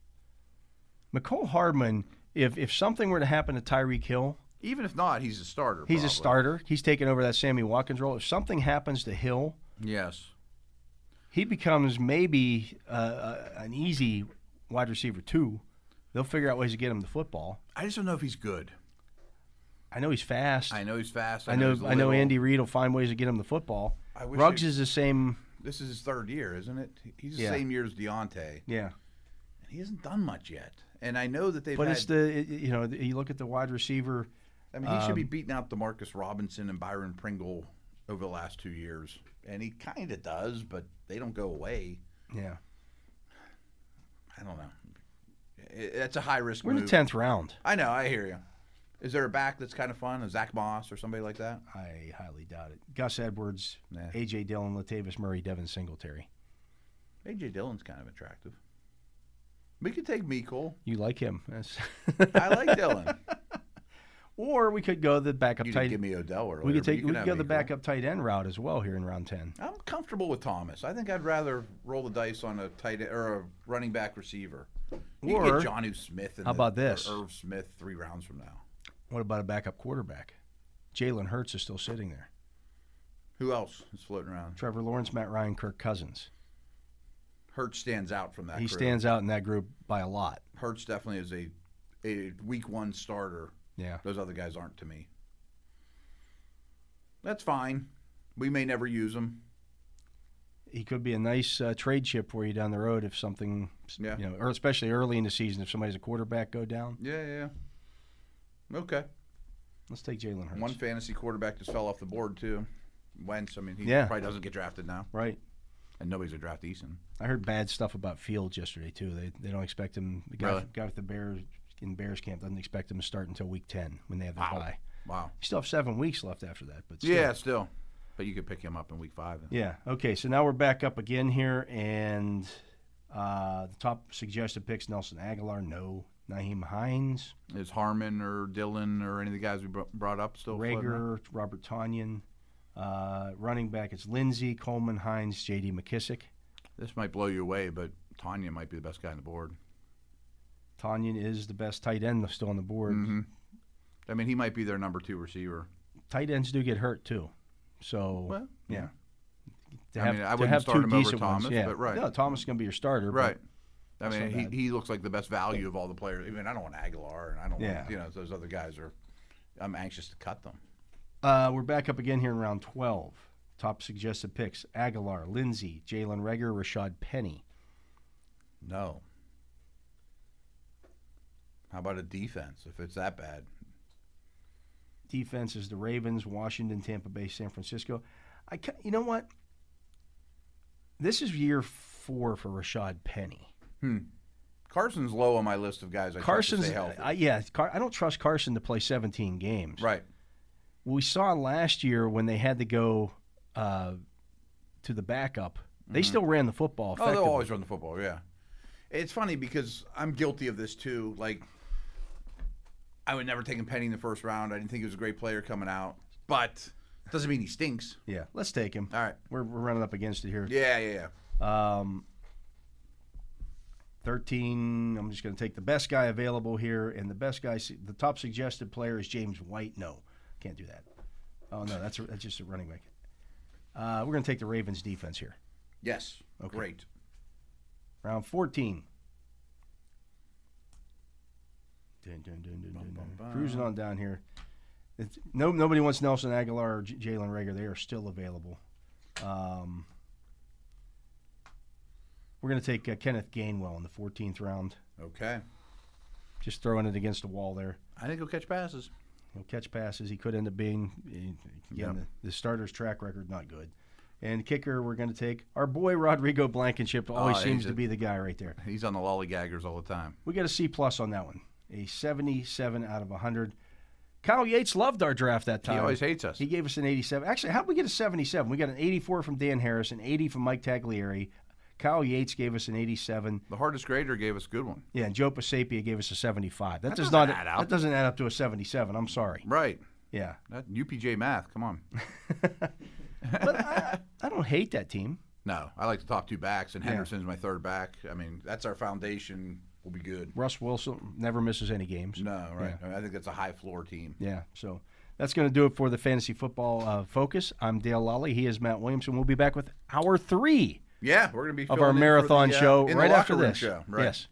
S1: McCole Hardman, if if something were to happen to Tyreek Hill,
S2: Even if not, he's a starter.
S1: he's a
S2: probably.
S1: starter. He's taking over that Sammy Watkins role. If something happens to Hill,
S2: Yes.
S1: he becomes maybe uh, uh, an easy wide receiver too. They'll figure out ways to get him the football.
S2: I just don't know if he's good.
S1: I know he's fast.
S2: I
S1: I,
S2: know he's fast. I,
S1: know.
S2: he's
S1: I know
S2: little.
S1: Andy Reid will find ways to get him the football.
S2: I wish
S1: Ruggs
S2: he-
S1: is the same.
S2: This is his third year, isn't it? He's the
S1: Yeah.
S2: same year as Deontay.
S1: Yeah,
S2: He hasn't done much yet, and I know that they've.
S1: but
S2: had,
S1: it's the it- you know the- you look at the wide receiver.
S2: I mean, he should be
S1: um,
S2: beating out Demarcus Robinson and Byron Pringle over the last two years, and he kind of does, but they don't go away.
S1: Yeah,
S2: I don't know. I- That's a high risk
S1: we're in the
S2: move.
S1: tenth round.
S2: I know. I hear you. Is there a back that's kind of fun, a Zach Moss or somebody like that?
S1: I highly doubt it. Gus Edwards,
S2: Nah.
S1: A.J. Dillon, Latavius Murray, Devin Singletary.
S2: AJ Dillon's kind of attractive. We could take Mecole.
S1: You like him. That's-
S2: I like Dylan.
S1: or we could go the backup
S2: You
S1: tight
S2: didn't give me Odell earlier.
S1: we could
S2: but
S1: take
S2: you
S1: we
S2: can
S1: could
S2: have
S1: go the
S2: Mecole.
S1: backup tight end route as well here in round 10.
S2: I'm comfortable with Thomas. I think I'd rather roll the dice on a tight e- or a running back receiver. You can
S1: Or-
S2: get Johnu Smith. And
S1: How
S2: the-
S1: about this?
S2: Or Irv Smith three rounds from now.
S1: What about a backup quarterback? Jalen Hurts is still sitting there.
S2: Who else is floating around?
S1: Trevor Lawrence, Matt Ryan, Kirk Cousins.
S2: Hurts stands out from that.
S1: He
S2: group.
S1: stands out in that group by a lot.
S2: Hurts definitely is a a week one starter.
S1: Yeah.
S2: Those other guys aren't to me. That's fine. We may never use them.
S1: He could be a nice uh, trade chip for you down the road if something,
S2: Yeah.
S1: you know, or especially early in the season if somebody's a quarterback go down.
S2: Yeah, yeah. yeah. Okay.
S1: Let's take Jalen Hurts.
S2: One fantasy quarterback just fell off the board too. Wentz. I mean, he
S1: Yeah.
S2: probably doesn't get drafted now,
S1: Right.
S2: and nobody's gonna draft Eason.
S1: I heard bad stuff about Fields yesterday too. They they don't expect him. The guy,
S2: Really?
S1: guy with the Bears in Bears camp doesn't expect him to start until week ten when they have the
S2: Wow.
S1: bye.
S2: Wow.
S1: You still have seven weeks left after that, but still.
S2: Yeah, still. But you could pick him up in week five.
S1: Yeah. Okay. So now we're back up again here, and uh, the top suggested picks: Nelson Aguilar, no. Naheem Hines,
S2: Is Harmon or Dylan or any of the guys we br- brought up still? floating around?
S1: Rager, Robert Tanyan. Uh, running back, it's Lindsey, Coleman, Hines, J.D. McKissick.
S2: This might blow you away, but Tanya might be the best guy on the board.
S1: Tanyan is the best tight end still on the board.
S2: Mm-hmm. I mean, he might be their number two receiver.
S1: Tight ends do get hurt too, so
S2: Well,
S1: yeah. To
S2: I
S1: have,
S2: mean, I
S1: to
S2: wouldn't
S1: have
S2: start
S1: two
S2: him over
S1: decent
S2: Thomas,
S1: ones, yeah.
S2: but right.
S1: No, Thomas is going to be your starter, but
S2: Right. I
S1: That's
S2: mean,
S1: not bad.
S2: he, he looks like the best value of all the players. I mean, I don't want Aguilar, and I don't
S1: Yeah.
S2: want, you know, those other guys are, I'm anxious to cut them.
S1: Uh, we're back up again here in round 12. Top suggested picks Aguilar, Lindsey, Jalen Reger, Rashad Penny.
S2: No. How about a defense if it's that bad?
S1: Defense is the Ravens, Washington, Tampa Bay, San Francisco. I ca- You know what? This is year four for Rashad Penny.
S2: Carson's low on my list of guys I
S1: Carson's,
S2: Carson's, to stay healthy.
S1: I, yeah, Car- I don't trust Carson to play 17 games.
S2: right.
S1: we saw last year when they had to go uh, to the backup, they still ran the football.
S2: Mm-hmm. Oh,
S1: Effectively.
S2: they'll always run the football. Yeah, it's funny because I'm guilty of this too. Like, I would never take him Penny in the first round. I didn't think he was a great player coming out, but doesn't mean he stinks.
S1: yeah, let's take him.
S2: All right.
S1: We're, we're running up against it here.
S2: Yeah, yeah, yeah.
S1: Um, 13, I'm just going to take the best guy available here. And the best guy, the top suggested player is James White. No, can't do that. Oh, no, that's, a, that's just a running back. Uh, we're going to take the Ravens defense here.
S2: Yes.
S1: Okay.
S2: Great.
S1: Round 14. Dun, dun, dun, dun, dun, dun.
S2: bum.
S1: Cruising on down here. It's, no, nobody wants Nelson Aguilar or J- Jalen Rager. They are still available. Um, we're going to take uh, Kenneth Gainwell in the 14th round.
S2: Okay.
S1: Just throwing it against the wall there.
S2: I think he'll catch passes.
S1: He'll catch passes. He could end up being, again, the, the starter's track record, not good. And kicker, we're going to take our boy Rodrigo Blankenship. Always
S2: Oh, he's
S1: seems
S2: a-
S1: to be the guy right there.
S2: He's on the lollygaggers all the time.
S1: We got a C plus on that one. A seventy-seven out of hundred. Kyle Yates loved our draft that
S2: He
S1: time.
S2: always hates us.
S1: He gave us an eighty-seven. Actually, how did we get a seventy-seven? We got an eighty-four from Dan Harris, an eighty from Mike Taglieri. Kyle Yates gave us an eighty-seven.
S2: the hardest grader gave us a good one.
S1: Yeah, and Joe Pasapia gave us a seventy-five. That, does
S2: doesn't
S1: not
S2: add up.
S1: that doesn't add up to a seventy-seven. I'm sorry.
S2: Right.
S1: Yeah,
S2: That UPJ math. Come on.
S1: but I, I don't hate that team.
S2: No, I like the top two backs, and Henderson's my third back. I mean, that's our foundation. We'll be good.
S1: Russ Wilson never misses any games.
S2: No, right. I, mean, I think that's a high floor team.
S1: Yeah, so that's going to do it for the fantasy football uh, focus. I'm Dale Lally. He is Matt Williamson. We'll be back with hour three.
S2: Yeah, we're gonna be
S1: of
S2: filling
S1: our
S2: in for
S1: marathon
S2: the, uh,
S1: show
S2: in the
S1: right
S2: locker
S1: after
S2: room
S1: this.
S2: Show, right?
S1: Yes.